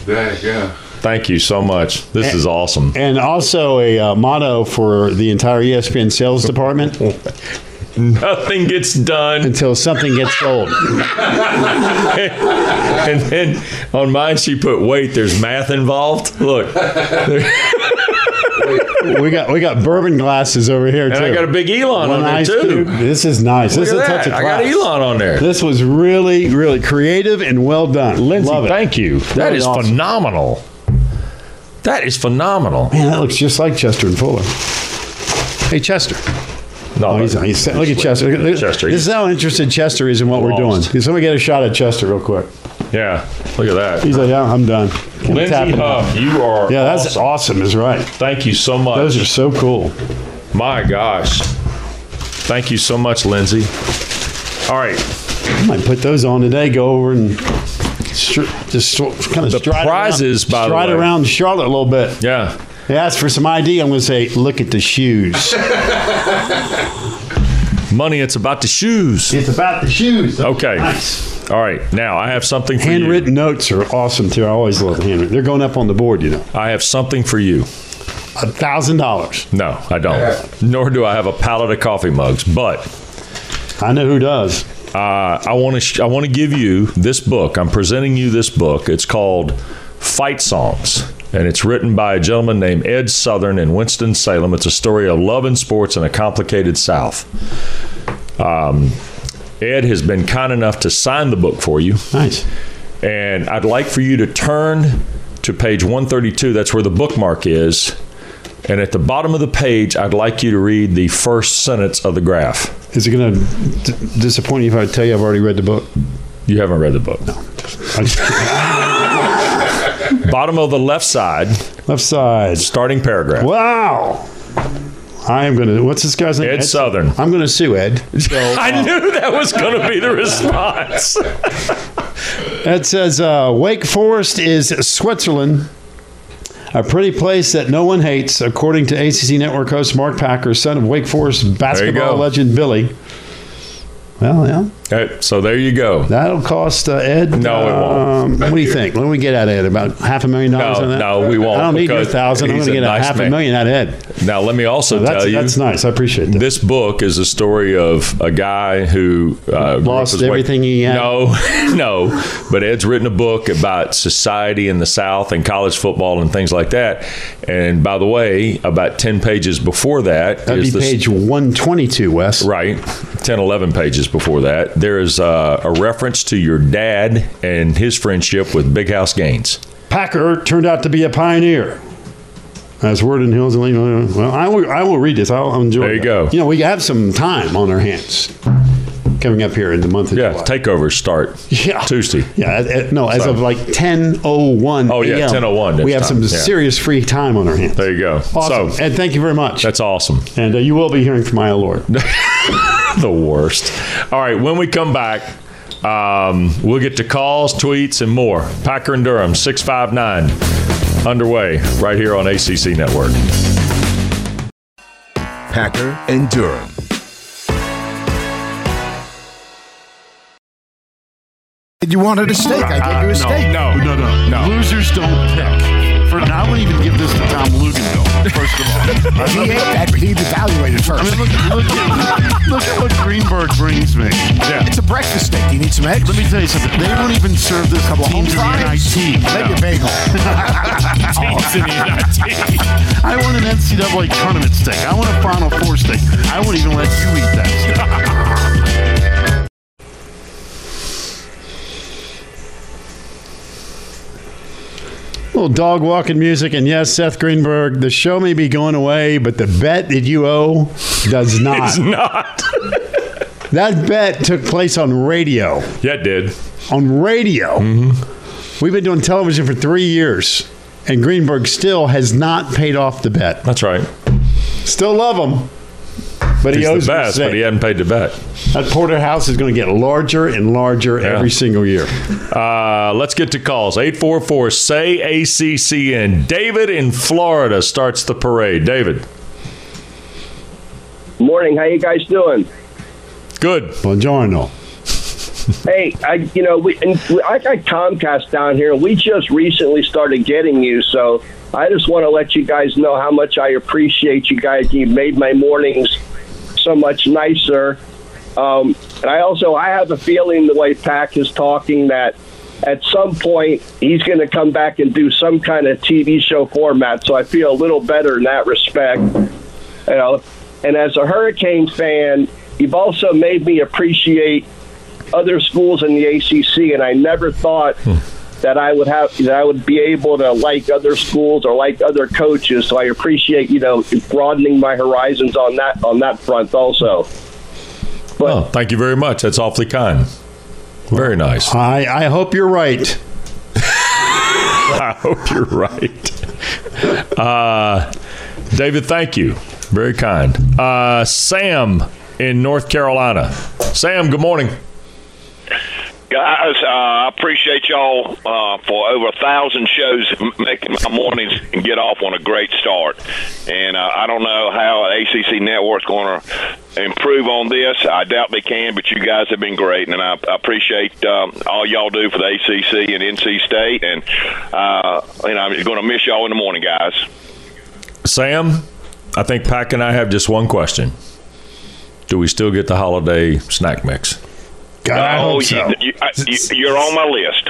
Speaker 5: That, yeah.
Speaker 3: Thank you so much. This is awesome.
Speaker 2: And also a uh, motto for the entire E ESPN sales department
Speaker 3: Nothing gets done.
Speaker 2: until something gets sold.
Speaker 3: And then on mine, she put, wait, there's math involved. Look.
Speaker 2: we got we got bourbon glasses over here too.
Speaker 3: And I got a big Elon
Speaker 2: One
Speaker 3: on there,
Speaker 2: ice
Speaker 3: too.
Speaker 2: cube. This is nice. this
Speaker 3: Look
Speaker 2: is a
Speaker 3: at
Speaker 2: touch
Speaker 3: that.
Speaker 2: of
Speaker 3: I got
Speaker 2: class.
Speaker 3: Elon on there.
Speaker 2: This was really really creative and well done.
Speaker 3: Lindsay,
Speaker 2: Love it.
Speaker 3: thank you. that
Speaker 2: was
Speaker 3: is
Speaker 2: awesome.
Speaker 3: phenomenal. That is phenomenal.
Speaker 2: Man, that looks just like Chester and Fuller. Hey Chester.
Speaker 3: No,
Speaker 2: Oh, he's,
Speaker 3: but-
Speaker 2: he's, look at Chester. Look at- look at-
Speaker 3: Chester,
Speaker 2: This is how interested Chester is in what we're doing.
Speaker 3: Lost.
Speaker 2: Can somebody get a shot at Chester real quick?
Speaker 3: Yeah, look at that.
Speaker 2: He's like, yeah, I'm done. I'm
Speaker 3: Lindsay
Speaker 2: tapping out.
Speaker 3: Huff, you are
Speaker 2: Yeah, that's
Speaker 3: awesome.
Speaker 2: awesome. Is right.
Speaker 3: Thank you so much.
Speaker 2: Those are so cool.
Speaker 3: My gosh. Thank you so much, Lindsay. All right.
Speaker 2: I might put those on today. Go over and str- just str- kind of
Speaker 3: The
Speaker 2: stride
Speaker 3: prizes,
Speaker 2: around,
Speaker 3: by the
Speaker 2: stride
Speaker 3: way.
Speaker 2: around Charlotte a little bit.
Speaker 3: Yeah.
Speaker 2: They ask for some ID. I'm going to say, look at the shoes.
Speaker 3: Money, it's about the shoes.
Speaker 2: it's about the shoes.
Speaker 3: Okay.
Speaker 2: Nice.
Speaker 3: All right. Now, I have something for
Speaker 2: Handwritten notes are awesome too. I always love the handwritten. They're going up on the board, you know.
Speaker 3: you. I have something for you.
Speaker 2: A thousand dollars.
Speaker 3: No, I don't. Nor do I have a pallet of coffee mugs, but
Speaker 2: I know who does.
Speaker 3: uh, I want to sh- I want to give you this book. I'm presenting you this book. It's called Fight Songs, and it's written by a gentleman named Ed Southern in Winston Salem. It's a story of love and sports in a complicated South. Um, Ed has been kind enough to sign the book for you,
Speaker 2: Nice.
Speaker 3: and I'd like for you to turn to page 132. That's where the bookmark is. And at the bottom of the page, I'd like you to read the first sentence of the graph.
Speaker 2: Is it going to d- disappoint you if I tell you I've already read the book?
Speaker 3: You haven't read the book.
Speaker 2: I-
Speaker 3: Bottom of the left side,
Speaker 2: Left side.
Speaker 3: starting paragraph.
Speaker 2: Wow. I am gonna. What's this guy's name?
Speaker 3: Ed Southern.
Speaker 2: I'm gonna sue Ed.
Speaker 3: I knew that was going to be the response.
Speaker 2: Ed says uh, Wake Forest is Switzerland, a pretty place that no one hates, according to ACC Network host Mark Packer, son of Wake Forest basketball
Speaker 3: go.
Speaker 2: legend Billy. Well, yeah,
Speaker 3: Okay, so there you go.
Speaker 2: that'll cost uh, Ed.
Speaker 3: No, it won't.
Speaker 2: Um, what do you think? What do we get out of Ed? About half a million dollars?
Speaker 3: No,
Speaker 2: on that?
Speaker 3: no, we won't,
Speaker 2: I don't need your
Speaker 3: because
Speaker 2: thousand. I'm
Speaker 3: he's
Speaker 2: going to
Speaker 3: a
Speaker 2: get a
Speaker 3: nice
Speaker 2: half a
Speaker 3: man.
Speaker 2: million out of Ed.
Speaker 3: Now, let me also
Speaker 2: So that's
Speaker 3: tell you
Speaker 2: that's nice. I appreciate that.
Speaker 3: This book is a story of a guy who uh, grew up
Speaker 2: Lost
Speaker 3: as white-
Speaker 2: everything he had.
Speaker 3: No, no. But Ed's written a book about society in the South and college football and things like that. And by the way, about ten pages before that
Speaker 2: That'd
Speaker 3: is
Speaker 2: be
Speaker 3: the
Speaker 2: page one twenty-two, Wes.
Speaker 3: Right. 10, 11 pages before that, there is uh, a reference to your dad and his friendship with Big House Gaines.
Speaker 2: Packer turned out to be a pioneer. As Word and Hills, well, I will, I will read this. I'll enjoy.
Speaker 3: There you
Speaker 2: that.
Speaker 3: go.
Speaker 2: You know, we have some time on our hands coming up here in the month of
Speaker 3: Yeah,
Speaker 2: July.
Speaker 3: takeovers start
Speaker 2: Yeah.
Speaker 3: Tuesday.
Speaker 2: Yeah, at- at- no, as of like 10.01
Speaker 3: Oh, yeah,
Speaker 2: a.m.,
Speaker 3: 10:01 this
Speaker 2: We have some
Speaker 3: time, yeah.
Speaker 2: serious free time on our hands.
Speaker 3: There you go.
Speaker 2: Awesome.
Speaker 3: So
Speaker 2: and thank you very much.
Speaker 3: that's awesome.
Speaker 2: and uh, you will be hearing from my Lord.
Speaker 3: the worst. All right, when we come back, um, we'll get to calls, tweets, and more. Packer and Durham, 659, underway right here on ACC Network.
Speaker 1: Packer and Durham.
Speaker 6: You wanted a steak. I gave you a steak.
Speaker 4: Uh, No, no, no, no. Losers don't pick. For I wouldn't even give this to Tom Luganville. First of all, I
Speaker 6: He
Speaker 4: mean,
Speaker 6: ate that, but he evaluated first.
Speaker 4: look, look, at, look at what Greenberg brings me. Yeah.
Speaker 6: it's a breakfast steak. You need some eggs.
Speaker 4: Let me tell you something. They don't even serve this
Speaker 6: Couple
Speaker 4: team
Speaker 6: home
Speaker 4: to the
Speaker 6: fries.
Speaker 4: NIT.
Speaker 6: Maybe a bagel.
Speaker 4: I want an NCAA tournament steak. I want a Final Four steak. I wouldn't even let you eat that steak.
Speaker 2: little dog walking music. And yes, Seth Greenberg, the show may be going away, but the bet that you owe does not.
Speaker 3: Not.
Speaker 2: that bet took place on radio.
Speaker 3: Yeah, it did.
Speaker 2: on radio.
Speaker 3: Mm-hmm.
Speaker 2: We've been doing television for three years, and Greenberg still has not paid off the bet.
Speaker 3: That's right.
Speaker 2: Still love him, but he
Speaker 3: He's
Speaker 2: owes
Speaker 3: the best,
Speaker 2: me
Speaker 3: but he
Speaker 2: steak.
Speaker 3: hadn't paid the bet.
Speaker 2: That porterhouse is going to get larger and larger
Speaker 3: Yeah.
Speaker 2: every single year.
Speaker 3: Uh, let's get to calls. 844 say ACCN. David in Florida starts the parade. David,
Speaker 7: Morning. How you guys doing?
Speaker 3: good.
Speaker 2: Buongiorno.
Speaker 7: Hey, I you know we, and we I got Comcast down here. We just recently started getting you, so I just want to let you guys know how much I appreciate you guys. You made my mornings so much nicer. Um, and I also I have a feeling the way Pack is talking that at some point he's going to come back and do some kind of TV show format. So I feel a little better in that respect. you know. And as a Hurricane fan, you've also made me appreciate other schools in the ACC, and I never thought that I would have that I would be able to like other schools or like other coaches. So I appreciate you know broadening my horizons on that on that front also. But
Speaker 3: Oh, thank you very much. That's awfully kind. Very nice.
Speaker 2: I, I hope you're right.
Speaker 3: I hope you're right. Uh, David, thank you. Very kind. Uh, Sam in North Carolina. Sam, good morning.
Speaker 8: Guys, uh, I appreciate y'all uh, for over a thousand shows m- making my mornings get off on a great start. And uh, I don't know how ACC Network's going to improve on this. I doubt they can, but you guys have been great, and I, I appreciate um, all y'all do for the ACC and NC State. And uh, and I'm going to miss y'all in the morning, guys.
Speaker 3: Sam, I think Pack and I have just one question. Do we still get the holiday snack mix?
Speaker 2: God, I
Speaker 8: oh,
Speaker 2: hope
Speaker 8: you-
Speaker 2: so.
Speaker 8: you, I, you, you're on my list.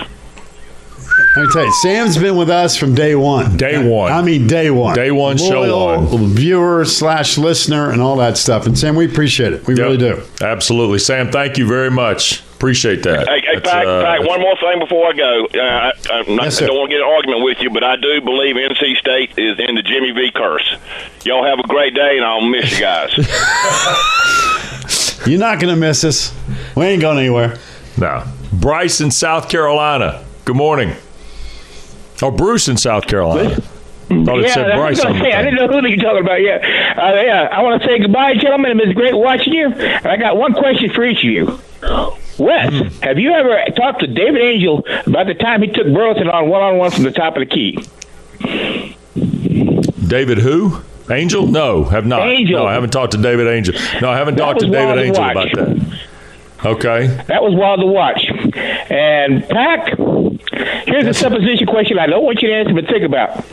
Speaker 2: Let me tell you, Sam's been with us from day one.
Speaker 3: Day one.
Speaker 2: I mean, day one.
Speaker 3: Day one, show
Speaker 2: Loyal Viewer slash listener and all that stuff. And Sam, we appreciate it. We really do.
Speaker 3: Absolutely. Sam, thank you very much. Appreciate that.
Speaker 8: Hey, hey
Speaker 3: That's,
Speaker 8: Pac,
Speaker 3: uh,
Speaker 8: Pac, one more thing before I go. Uh, I, I'm not,
Speaker 2: Yes, sir.
Speaker 8: I don't want to get in an argument with you, but I do believe NC State is in the Jimmy V curse. Y'all have a great day, and I'll miss you guys.
Speaker 2: You're not going to miss us. We ain't going anywhere.
Speaker 3: No. Bryce in South Carolina. Good morning. Oh, Bruce in South Carolina. Thought it said
Speaker 9: that's
Speaker 3: Bryce
Speaker 9: what
Speaker 3: on
Speaker 9: I'm
Speaker 3: the
Speaker 9: saying. I didn't
Speaker 3: thing.
Speaker 9: know who you were talking about. Yeah, uh, yeah. I want to say goodbye, gentlemen. It was great watching you. And I got one question for each of you. Wes,
Speaker 3: Hmm.
Speaker 9: have you ever talked to David Angel about the time he took Burleson on one on one from the top of the key?
Speaker 3: David who? Angel? No, have not.
Speaker 9: Angel.
Speaker 3: No, I haven't talked to David Angel. No, I haven't
Speaker 9: That
Speaker 3: talked to
Speaker 9: was wild
Speaker 3: David
Speaker 9: to
Speaker 3: Angel
Speaker 9: watch.
Speaker 3: about that. Okay.
Speaker 9: That was wild to watch. And Pack, here's a supposition question I don't want you to answer, but think about.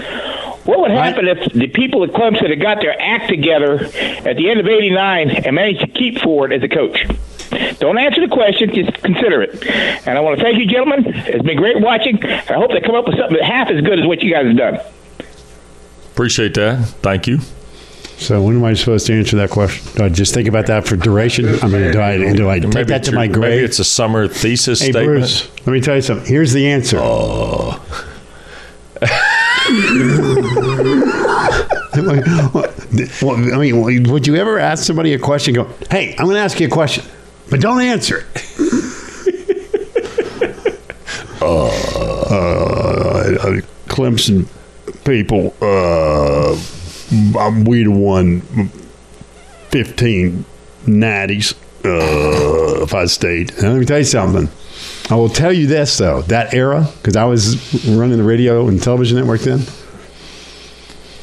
Speaker 9: What would happen if the people at Clemson had got their act together at the end of '89 and managed to keep Ford as a coach? Don't answer the question; just consider it. And I want to thank you, gentlemen. It's been great watching. I hope they come up with something half as good as what you guys have done.
Speaker 3: Appreciate that. Thank you.
Speaker 2: So when am I supposed to answer that question? Do I just think about that for duration? I mean, do I do I take that
Speaker 3: it's
Speaker 2: to
Speaker 3: your-
Speaker 2: my
Speaker 3: Maybe
Speaker 2: grave?
Speaker 3: it's a summer thesis
Speaker 2: Hey
Speaker 3: statement.
Speaker 2: Bruce, let me tell you something. Here's the answer. well, I mean, would you ever ask somebody a question? Go, hey, I'm going to ask you a question, but don't answer it. uh, Clemson people, uh, I'm, we the one 15 natties uh, if I stayed. And let me tell you something. I will tell you this, though. That era, because I was running the radio and television network then,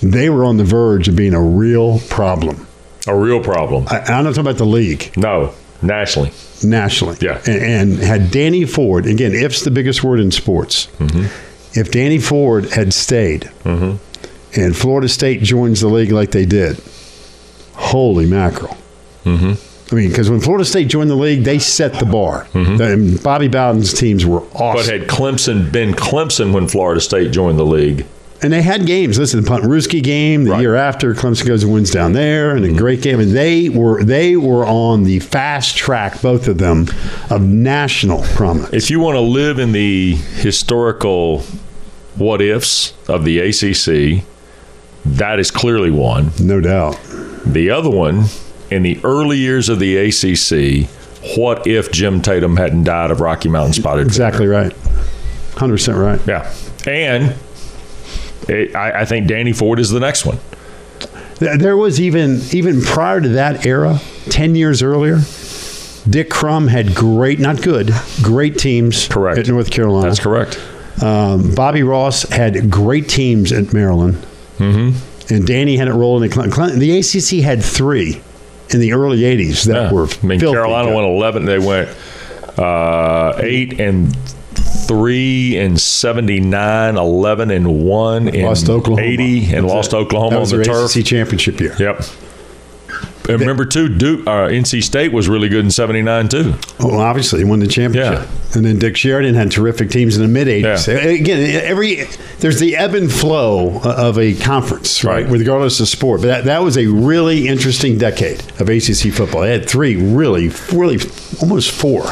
Speaker 2: they were on the verge of being a real problem.
Speaker 3: A real problem.
Speaker 2: I, I'm not talking about the league
Speaker 3: No, nationally.
Speaker 2: nationally.
Speaker 3: Yeah.
Speaker 2: And, and had Danny Ford, again, if's the biggest word in sports.
Speaker 3: Mm-hmm.
Speaker 2: If Danny Ford had stayed and Florida State joins the league like they did, holy mackerel.
Speaker 3: Mm-hmm.
Speaker 2: I mean, because when Florida State joined the league, they set the bar. And Bobby Bowden's teams were
Speaker 3: Mm-hmm. But
Speaker 2: awesome.
Speaker 3: had Clemson been Clemson when Florida State joined the league?
Speaker 2: And they had games. Listen, the Pontrusky game the
Speaker 3: Right.
Speaker 2: year after, Clemson goes and wins down there, and a great game. And they were they were on the fast track, both of them, of national prominence.
Speaker 3: If you want to live in the historical what ifs of the ACC, that is clearly one.
Speaker 2: No doubt.
Speaker 3: The other one, in the early years of the ACC, what if Jim Tatum hadn't died of Rocky Mountain spotted fever?
Speaker 2: Exactly right. 100% right.
Speaker 3: Yeah, and it, I, I think Danny Ford is the next one.
Speaker 2: There there was even even prior to that era, 10 years earlier, Dick Crum had great, not good, great teams
Speaker 3: Correct.
Speaker 2: at North Carolina.
Speaker 3: That's correct.
Speaker 2: Um, Bobby Ross had great teams at Maryland. Mm-hmm. And Danny had it rolling. At Clemson. Clemson- The ACC had three in the early 80s that
Speaker 3: Yeah.
Speaker 2: were
Speaker 3: I mean,
Speaker 2: filthy
Speaker 3: Carolina
Speaker 2: good.
Speaker 3: won eleven. They went uh, eight and three and 79, 11 and one and
Speaker 2: Lost to Oklahoma.
Speaker 3: eighty, and
Speaker 2: That's
Speaker 3: lost
Speaker 2: it.
Speaker 3: to Oklahoma
Speaker 2: That was
Speaker 3: on the
Speaker 2: their
Speaker 3: turf.
Speaker 2: ACC championship year.
Speaker 3: Yep. And remember too, Duke, uh, NC State was really good in '79 too.
Speaker 2: Well, obviously, he won the championship.
Speaker 3: Yeah.
Speaker 2: And then Dick Sheridan had terrific teams in the mid 80s.
Speaker 3: Yeah.
Speaker 2: Again, every there's the ebb and flow of a conference, right?
Speaker 3: Right.
Speaker 2: Regardless of sport. But that, that was a really interesting decade of ACC football. They had three really, really almost four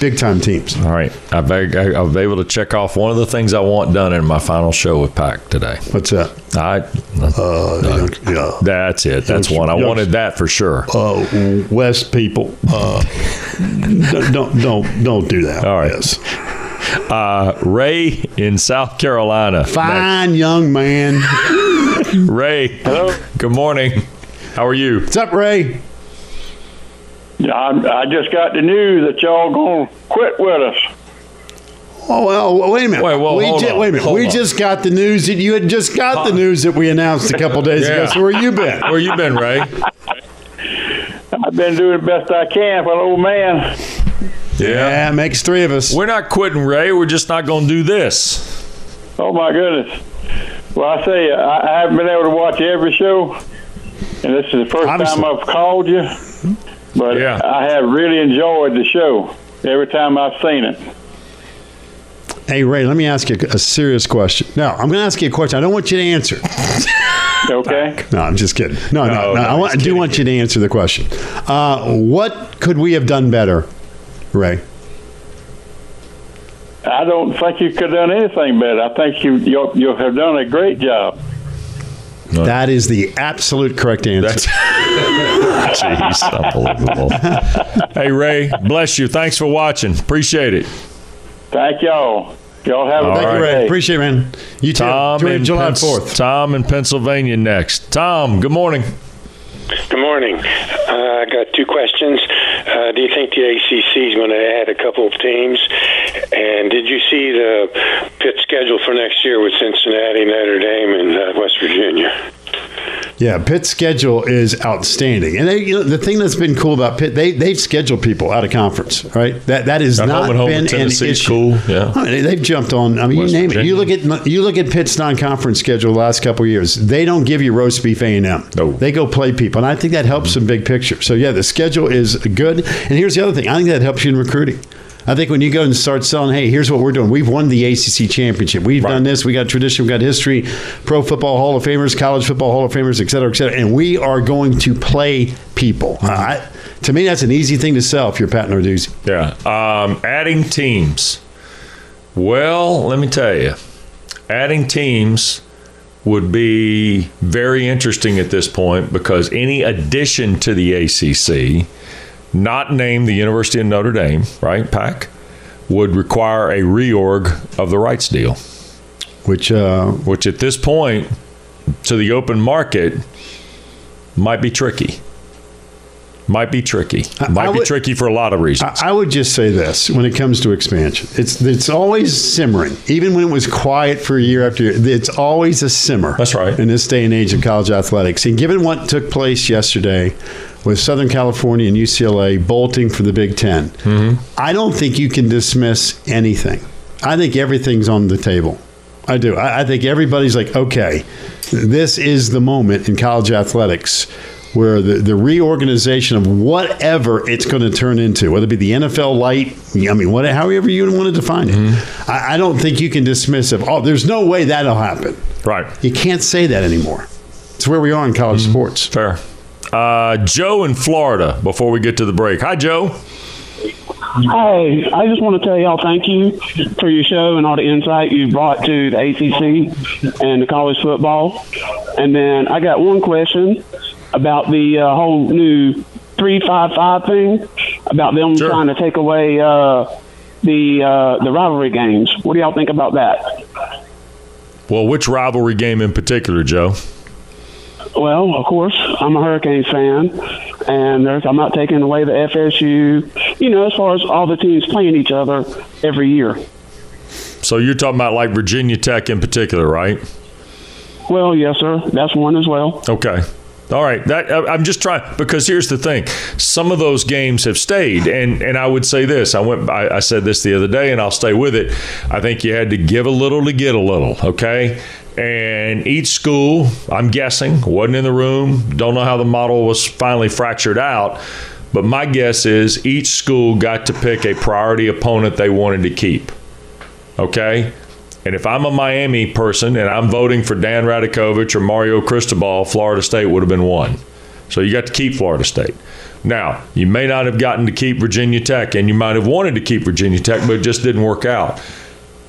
Speaker 2: big time teams.
Speaker 3: All right, I've, I, I was able to check off one of the things I want done in my final show with Pack today.
Speaker 2: What's that?
Speaker 3: I,
Speaker 2: Uh, yeah.
Speaker 3: that's it. That's
Speaker 2: Youngster-
Speaker 3: one. I
Speaker 2: youngster-
Speaker 3: wanted that for sure.
Speaker 2: Uh, West people, uh, don't- don't don't don't do that.
Speaker 3: All right.
Speaker 2: Yes.
Speaker 3: Uh, Ray in South Carolina.
Speaker 2: Fine young man.
Speaker 3: Next. Ray. Hello. Good morning. How are you?
Speaker 2: What's up, Ray?
Speaker 9: I, I just got the news that y'all gonna quit with us.
Speaker 2: Oh well, wait a minute.
Speaker 3: Wait, well,
Speaker 2: we
Speaker 3: hold
Speaker 2: ju-
Speaker 3: on,
Speaker 2: wait a minute.
Speaker 3: hold
Speaker 2: We
Speaker 3: on.
Speaker 2: just got the news that you had just got the news that we announced a couple days ago.
Speaker 3: Yeah.
Speaker 2: So where you been?
Speaker 3: Where you been, Ray?
Speaker 9: I've been doing the best I can for an old man.
Speaker 2: Yeah, makes three of us.
Speaker 3: We're not quitting, Ray. We're just not going to do this.
Speaker 9: Oh my goodness! Well, I say I, I haven't been able to watch every show, and this is the first
Speaker 2: Obviously.
Speaker 9: time I've called you. But
Speaker 3: Yeah.
Speaker 9: I have really enjoyed the show every time I've seen it.
Speaker 2: Hey Ray, let me ask you a a serious question. No, I'm going to ask you a question. I don't want you to answer.
Speaker 9: Okay,
Speaker 2: No, I'm just kidding. No, no, no.
Speaker 3: no,
Speaker 2: I, want, I
Speaker 3: he's
Speaker 2: do
Speaker 3: kidding.
Speaker 2: want you to answer the question. Uh, what could we have done better, Ray?
Speaker 9: I don't think you could have done anything better. I think you you you have done a great job.
Speaker 2: That is the absolute correct answer.
Speaker 3: That's jeez, unbelievable. hey, Ray. Bless you. Thanks for watching. Appreciate it.
Speaker 9: Thank y'all. Y'all have a
Speaker 3: All
Speaker 9: great
Speaker 2: Thank you,
Speaker 3: right.
Speaker 2: Ray.
Speaker 9: day.
Speaker 2: Appreciate it, man. You too.
Speaker 3: Tom
Speaker 2: Enjoy
Speaker 3: in
Speaker 2: July
Speaker 3: Pens-
Speaker 2: 4th.
Speaker 3: Tom in Pennsylvania next. Tom, good morning.
Speaker 10: Good morning. Uh, I got two questions. Uh, do you think the ACC is going to add a couple of teams? And did you see the pit schedule for next year with Cincinnati, Notre Dame, and uh, West Virginia?
Speaker 2: Yeah, Pitt's schedule is outstanding, and they, you know, the thing that's been cool about Pitt, they they've scheduled people out of conference, right? That that has
Speaker 3: At
Speaker 2: not
Speaker 3: home and home
Speaker 2: been
Speaker 3: with Tennessee,
Speaker 2: an issue.
Speaker 3: cool, yeah.
Speaker 2: I mean, they've jumped on. I mean,
Speaker 3: West
Speaker 2: you name
Speaker 3: Virginia.
Speaker 2: it. You look at you look at Pitt's non-conference schedule the last couple of years. They don't give you roast beef A and M.
Speaker 3: No.
Speaker 2: they go play people, and I think that helps them big picture. So yeah, the schedule is good. And here's the other thing: I think that helps you in recruiting. I think when you go and start selling, hey, here's what we're doing. We've won the ACC championship. We've done this. We got tradition. We got history. Pro Football Hall of Famers, College Football Hall of Famers, et cetera, et cetera. And we are going to play people. I- to me, that's an easy thing to sell if you're Pat Narduzzi.
Speaker 3: Yeah. Um, adding teams. Well, let me tell you, adding teams would be very interesting at this point because any addition to the ACC, not named the University of Notre Dame, right, Pac, would require a reorg of the rights deal,
Speaker 2: Which uh,
Speaker 3: which at this point, to the open market, might be tricky. Might be tricky.
Speaker 2: I-
Speaker 3: Might
Speaker 2: I
Speaker 3: be
Speaker 2: would-
Speaker 3: tricky for a lot of reasons.
Speaker 2: I, I would just say this when it comes to expansion, it's it's always simmering. Even when it was quiet for year after year, it's always a simmer.
Speaker 3: That's right.
Speaker 2: In this day and age of college athletics, and given what took place yesterday with Southern California and UCLA bolting for the Big 10
Speaker 3: Mm-hmm.
Speaker 2: I don't think you can dismiss anything. I think everything's on the table. I do. I, I think everybody's like, okay, this is the moment in college athletics where the, the reorganization of whatever it's going to turn into, whether it be the NFL light, I mean, what, however you want to define it,
Speaker 3: Mm-hmm.
Speaker 2: I, I don't think you can dismiss of, oh, there's no way that'll happen.
Speaker 3: right.
Speaker 2: You can't say that anymore. It's where we are in college
Speaker 3: Mm-hmm.
Speaker 2: sports.
Speaker 3: Fair. Uh, Joe in Florida, before we get to the break. Hi, Joe.
Speaker 11: Hey, I just want to tell y'all thank you for your show and all the insight you brought to the ACC and the college football. And then I got one question about the uh, whole new three five five thing about them
Speaker 3: Sure.
Speaker 11: trying to take away uh, the uh, the rivalry games. What do y'all think about that?
Speaker 3: Well, which rivalry game in particular, Joe?
Speaker 11: Well, of course, I'm a Hurricanes fan, and there's, I'm not taking away the FSU. You know, as far as all the teams playing each other every year.
Speaker 3: So you're talking about like Virginia Tech in particular, right?
Speaker 11: Well, yes, sir. That's one as well.
Speaker 3: Okay. All right. That I- I'm just trying because here's the thing: some of those games have stayed, and and I would say this. I went. I, I said this the other day, and I'll stay with it. I think you had to give a little to get a little. Okay. And each school, I'm guessing, wasn't in the room. Don't know how the model was finally fractured out. But my guess is each school got to pick a priority opponent they wanted to keep okay? And if I'm a Miami person and I'm voting for Dan Radakovich or Mario Cristobal, Florida State would have been one. So you got to keep Florida State. Now, you may not have gotten to keep Virginia Tech, and you might have wanted to keep Virginia Tech, but it just didn't work out.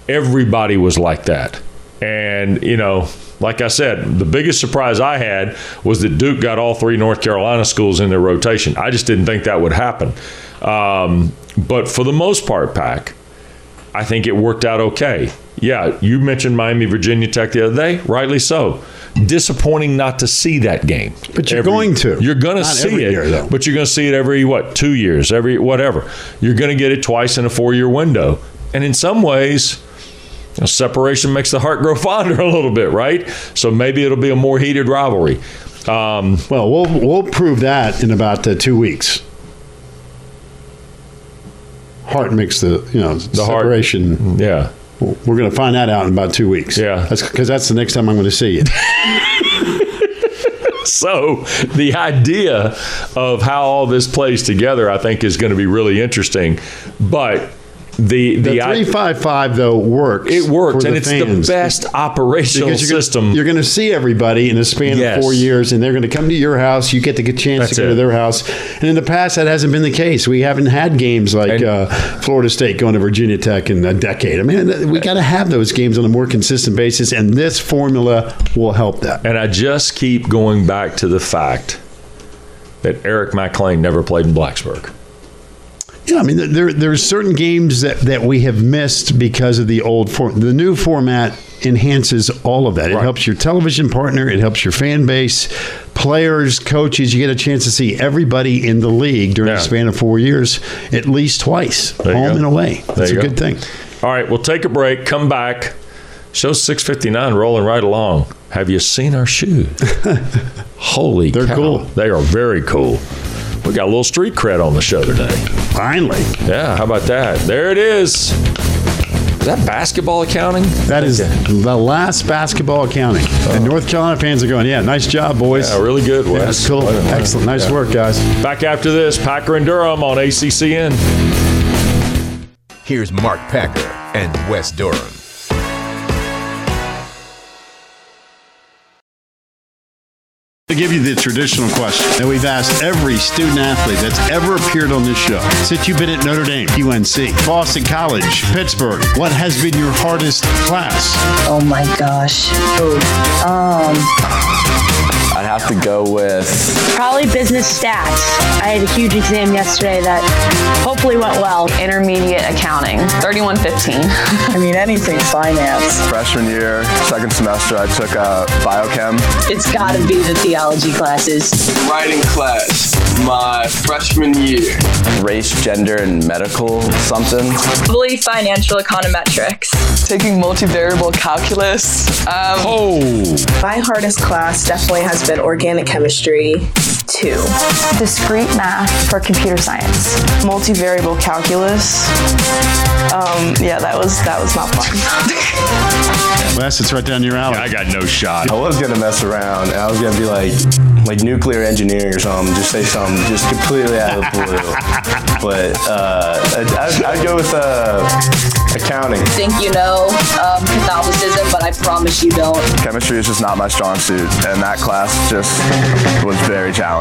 Speaker 3: Everybody was like that. And, you know, like I said, the biggest surprise I had was that Duke got all three North Carolina schools in their rotation. I just didn't think that would happen. Um, but for the most part, Pack, I think it worked out okay. Yeah, you mentioned Miami, Virginia Tech the other day, rightly so. Disappointing not to see that game.
Speaker 2: But you're going to.
Speaker 3: You're going to
Speaker 2: Not
Speaker 3: see
Speaker 2: every
Speaker 3: it,
Speaker 2: year, though.
Speaker 3: but you're going to see it every what two years, every whatever. You're going to get it twice in a four-year window, and in some ways, you know, separation makes the heart grow fonder a little bit, right? So maybe it'll be a more heated rivalry. Um,
Speaker 2: Well, we'll we'll prove that in about uh, two weeks. Heart makes the you know
Speaker 3: heart-
Speaker 2: separation.
Speaker 3: yeah,
Speaker 2: We're going to find that out in about two weeks.
Speaker 3: Yeah.
Speaker 2: that's because that's the next time I'm going to see you.
Speaker 3: So the idea of how all this plays together, I think, is going to be really interesting. But the the,
Speaker 2: The
Speaker 3: i-
Speaker 2: three five five though works.
Speaker 3: it works,
Speaker 2: for
Speaker 3: and it's
Speaker 2: fans.
Speaker 3: the best operational
Speaker 2: Because you're gonna-
Speaker 3: system.
Speaker 2: You're going to see everybody in a span
Speaker 3: Yes.
Speaker 2: of four years, and they're going to come to your house. You get the chance
Speaker 3: That's
Speaker 2: to go
Speaker 3: it.
Speaker 2: to their house. And in the past, that hasn't been the case. We haven't had games like
Speaker 3: And-
Speaker 2: uh, Florida State going to Virginia Tech in a decade. I mean, th- we got to have those games on a more consistent basis, and this formula will help that.
Speaker 3: and I just keep going back to the fact that Eric McClain never played in Blacksburg.
Speaker 2: Yeah, I mean, there there are certain games that, that we have missed because of the old form. The new format enhances all of that. It helps your television partner. It helps your fan base, players, coaches. You get a chance to see everybody in the league during the span of four years at least twice,
Speaker 3: There you
Speaker 2: home
Speaker 3: go.
Speaker 2: and away.
Speaker 3: There
Speaker 2: That's a
Speaker 3: you go.
Speaker 2: good thing.
Speaker 3: All right, we'll take a break. Come back. Show 659 rolling right along. Have you seen our shoes? Holy They're cool. They are very cool. We got a little street cred on the show today.
Speaker 2: Finally.
Speaker 3: Yeah, how about that? There it is. Is that basketball accounting?
Speaker 2: That is the last basketball accounting. And North Carolina fans are going, yeah, nice job, boys.
Speaker 3: Oh. Yeah, really good, Wes.
Speaker 2: Yeah, that's cool.
Speaker 3: Way to-
Speaker 2: Excellent. Nice
Speaker 3: Yeah.
Speaker 2: work, guys.
Speaker 3: Back after this, Packer and Durham on ACCN.
Speaker 1: Here's Mark Packer and Wes Durham.
Speaker 2: To give you the traditional question that we've asked every student athlete that's ever appeared on this show since you've been at Notre Dame, UNC, Boston College, Pittsburgh, what has been your hardest class?
Speaker 12: Oh my gosh.
Speaker 13: I'd have to go with.
Speaker 12: Probably business stats. I had a huge exam yesterday that hopefully went well. Intermediate accounting, 3115. I mean, anything finance.
Speaker 13: Freshman year, second semester, I took uh, biochem.
Speaker 12: It's got to be the theology classes.
Speaker 13: Writing class, my freshman year. Race, gender, and medical something.
Speaker 14: Probably financial econometrics. Taking multivariable calculus. Um,
Speaker 15: oh. My hardest class definitely has been organic chemistry two.
Speaker 16: Discrete math for computer science. Multivariable calculus. Um, yeah, that was that was not fun.
Speaker 2: Wes, it's right down your alley.
Speaker 13: I got no shot. I was gonna mess around. I was gonna be like, like nuclear engineering or something. Just say something just completely out of the blue. but uh, I'd, I'd go with uh, accounting.
Speaker 14: think you know um, Catholicism, but I promise you don't.
Speaker 13: Chemistry is just not my strong suit, and that class just was very challenging.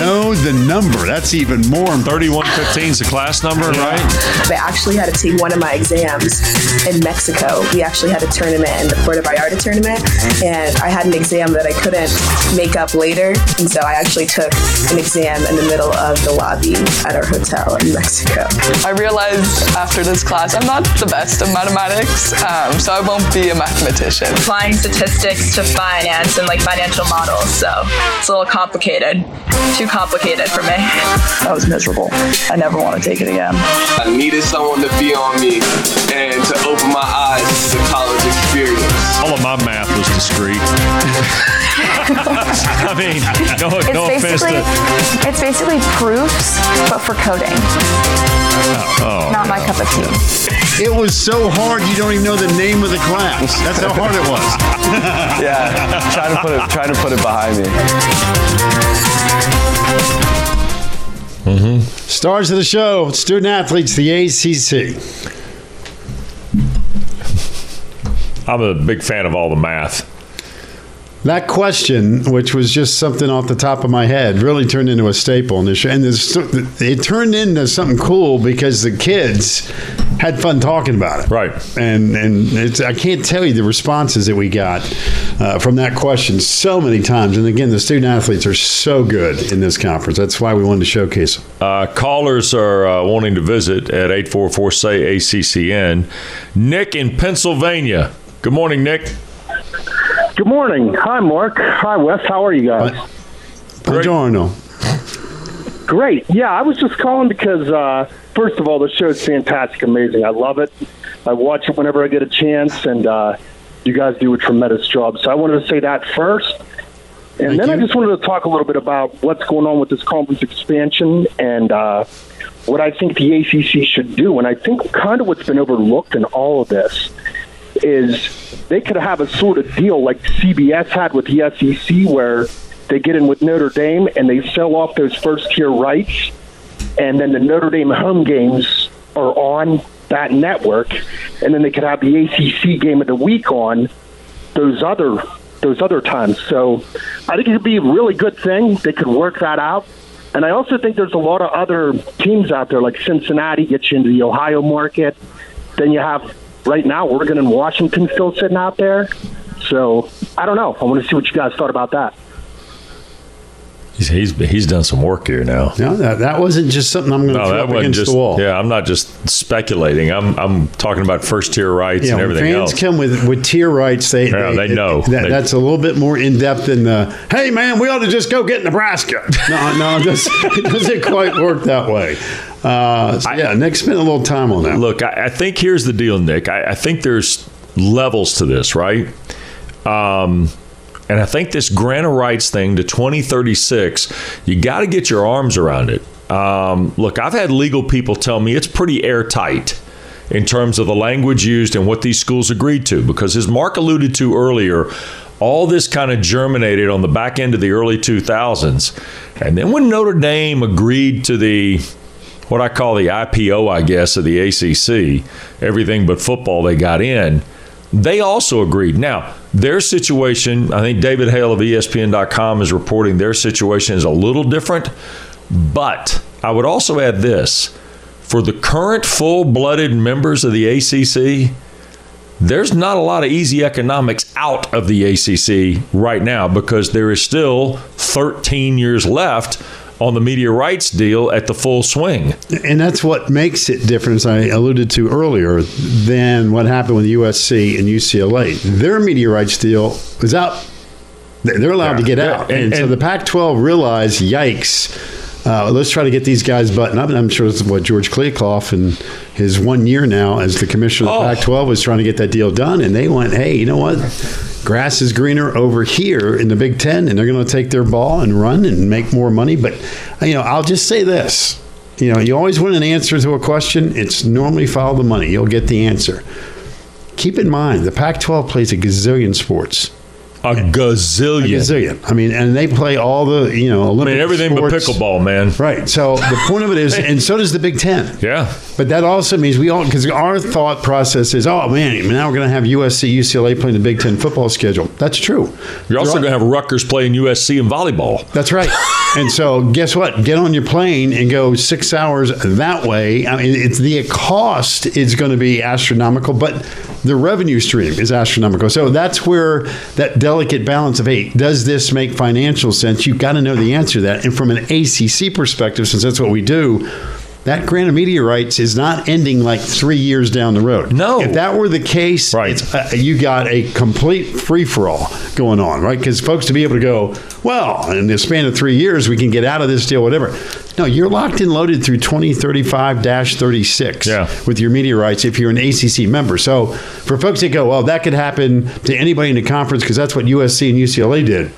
Speaker 2: Know the number. That's even more.
Speaker 3: 3115 is the class number, right?
Speaker 15: I actually had to take one of my exams in Mexico. We actually had a tournament in the Puerto Vallarta tournament, and I had an exam that I couldn't make up later, and so I actually took an exam in the middle of the lobby at our hotel in Mexico.
Speaker 14: I realized after this class I'm not the best at mathematics, um, so I won't be a mathematician. Applying statistics to finance and like financial models, so it's a little complicated. Too complicated for me. That was miserable. I never want to take it again.
Speaker 17: I needed someone to be on me and to open my eyes to the college experience.
Speaker 3: All of my math was discrete. I mean, no,
Speaker 16: it's
Speaker 3: no offense
Speaker 16: basically
Speaker 3: to.
Speaker 16: it's basically proofs, but for coding.
Speaker 3: Oh,
Speaker 16: not my cup of tea.
Speaker 2: It was so hard you don't even know the name of the class. That's how hard it was.
Speaker 13: yeah, trying to put it, trying to put it behind me.
Speaker 2: Stars of the show, student athletes, the ACC.
Speaker 3: I'm a big fan of all the math.
Speaker 2: That question, which was just something off the top of my head, really turned into a staple in this show. And this, it turned into something cool because the kids had fun talking about it.
Speaker 3: Right.
Speaker 2: And and it's I can't tell you the responses that we got uh, from that question so many times. And again, the student athletes are so good in this conference. That's why we wanted to showcase them.
Speaker 3: Uh, callers are uh, wanting to visit at 844 say ACCN. Nick in Pennsylvania. Good morning, Nick.
Speaker 18: Good morning. Hi, Mark. Hi, Wes. How are you guys?
Speaker 2: Buongiorno.
Speaker 18: Great. Yeah, I was just calling because, uh, first of all, the show's fantastic, amazing. I love it. I watch it whenever I get a chance, and uh, you guys do a tremendous job. So I wanted to say that first. And then I just wanted to talk a little bit about what's going on with this conference expansion and uh, what I think the ACC should do. And I think kind of what's been overlooked in all of this is they could have a sort of deal like CBS had with the SEC where they get in with Notre Dame and they sell off those first tier rights and then the Notre Dame home games are on that network and then they could have the ACC game of the week on those other those other times. So I think it would be a really good thing. They could work that out. And I also think there's a lot of other teams out there like Cincinnati gets you into the Ohio market. Then you have right now Oregon and Washington still sitting out there. So I don't know. I want to see what you guys thought about that.
Speaker 3: He's he's, he's done some work here now.
Speaker 2: No, that, that wasn't just something I'm going to
Speaker 3: No,
Speaker 2: throw
Speaker 3: that
Speaker 2: up
Speaker 3: wasn't
Speaker 2: against
Speaker 3: just.
Speaker 2: the wall.
Speaker 3: Yeah, I'm not just speculating. I'm I'm talking about first tier rights
Speaker 2: Yeah,
Speaker 3: and
Speaker 2: when
Speaker 3: everything
Speaker 2: fans
Speaker 3: else.
Speaker 2: come with, with tier rights, they
Speaker 3: Yeah, they know.
Speaker 2: that,
Speaker 3: They-
Speaker 2: that's a little bit more in depth than the hey man, we ought to just go get Nebraska. no, no, it doesn't, it doesn't quite work that way. Uh, so yeah, Nick spent a little time on that.
Speaker 3: Look, I, I think here's the deal, Nick. I, I think there's levels to this, right? Um, and I think this grant of rights thing to 2036, you got to get your arms around it. Um, look, I've had legal people tell me it's pretty airtight in terms of the language used and what these schools agreed to, because as Mark alluded to earlier, all this kind of germinated on the back end of the early 2000s. And then when Notre Dame agreed to the what I call the IPO, I guess, of the ACC, everything but football they got in, they also agreed. Now, their situation, I think David Hale of E ESPN.com is reporting their situation is a little different, but I would also add this for the current full blooded members of the ACC, there's not a lot of easy economics out of the ACC right now because there is still 13 years left on the media rights deal at the full swing.
Speaker 2: And that's what makes it different, as I alluded to earlier, than what happened with USC and UCLA. Their media rights deal is out. They're allowed to get out. And, so the Pac 12 realized, yikes. Uh, let's try to get these guys buttoned up. And I'm sure that's what George Kliakoff and his one year now as the commissioner of the Pac 12 was trying to get that deal done. And they went, hey, you know what? Grass is greener over here in the Big Ten, and they're going to take their ball and run and make more money. But, you know, I'll just say this you know, you always want an answer to a question. It's normally follow the money. You'll get the answer. Keep in mind, the Pac-12 plays a gazillion sports.
Speaker 3: A gazillion.
Speaker 2: I mean, and they play all the you know Olympic.
Speaker 3: everything but
Speaker 2: sports.
Speaker 3: pickleball, man.
Speaker 2: Right. So the point of it is, and so does the Big Ten.
Speaker 3: Yeah.
Speaker 2: But that also means we all because our thought process is, oh man, now we're going to have USC, UCLA playing the Big Ten football schedule. That's true.
Speaker 3: You're also going to have Rutgers playing USC in volleyball.
Speaker 2: That's right. and so, guess what? Get on your plane and go six hours that way. I mean, it's the cost is going to be astronomical, but the revenue stream is astronomical. So that's where that delicate balance of hey, does this make financial sense? You've got to know the answer to that. And from an ACC perspective, since that's what we do. That grant of media rights is not ending like three years down the road. No, if that were the case, right? It's, uh, you got a complete free for all going on, right? Because folks to be able to go, well, in the span of three years, we can get out of this deal, whatever. No, you're locked and loaded through 2035-36 with your media rights if you're an ACC member. So for folks that go, well, that could happen to anybody in the conference because that's what USC and UCLA did.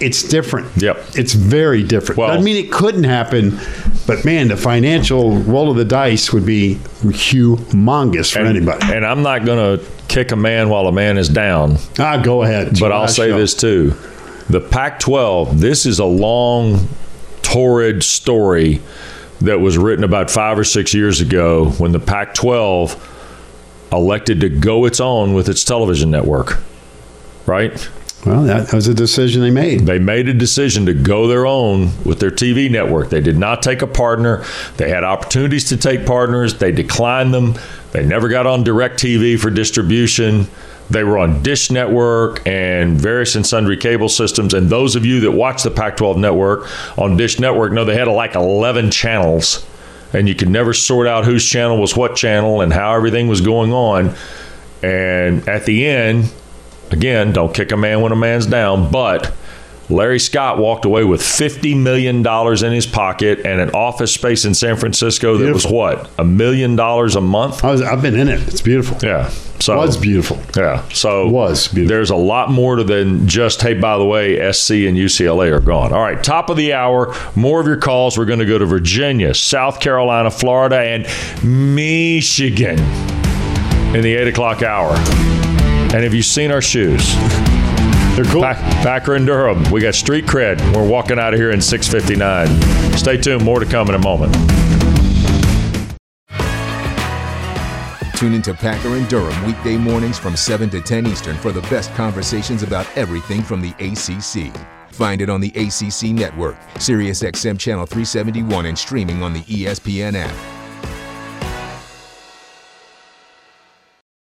Speaker 2: It's different.
Speaker 3: Yep.
Speaker 2: It's very different. I mean it couldn't happen, but man, the financial roll of the dice would be humongous for anybody.
Speaker 3: And I'm not going to kick a man while a man is down.
Speaker 2: Ah, go ahead.
Speaker 3: But I'll
Speaker 2: Last
Speaker 3: say
Speaker 2: show.
Speaker 3: this too: the Pac-12. This is a long, torrid story that was written about five or six years ago when the Pac-12 elected to go its own with its television network. Right.
Speaker 2: Well, that was a decision they made.
Speaker 3: They made a decision to go their own with their TV network. They did not take a partner. They had opportunities to take partners. They declined them. They never got on direct TV for distribution. They were on Dish Network and various and sundry cable systems. And those of you that watch the Pac 12 network on Dish Network know they had like 11 channels. And you could never sort out whose channel was what channel and how everything was going on. And at the end, again, don't kick a man when a man's down, but Larry Scott walked away with $50 million in his pocket and an office space in San Francisco that was what? A million dollars a month?
Speaker 2: I was, I've been in it. It's beautiful.
Speaker 3: Yeah. So
Speaker 2: Uh, was beautiful.
Speaker 3: Yeah. So
Speaker 2: was
Speaker 3: there's a lot more to than just, hey, by the way, SC and UCLA are gone. All right. Top of the hour. More of your calls. We're going to go to Virginia, South Carolina, Florida, and Michigan in the eight o'clock hour. And have you seen our shoes?
Speaker 2: They're cool.
Speaker 3: Packer and Durham. We got street cred. We're walking out of here in 659. Stay tuned. More to come in a moment.
Speaker 1: Tune into Packer and Durham weekday mornings from 7 to 10 Eastern for the best conversations about everything from the ACC. Find it on E the ACC network, SiriusXM Channel 371, and streaming on the ESPN app.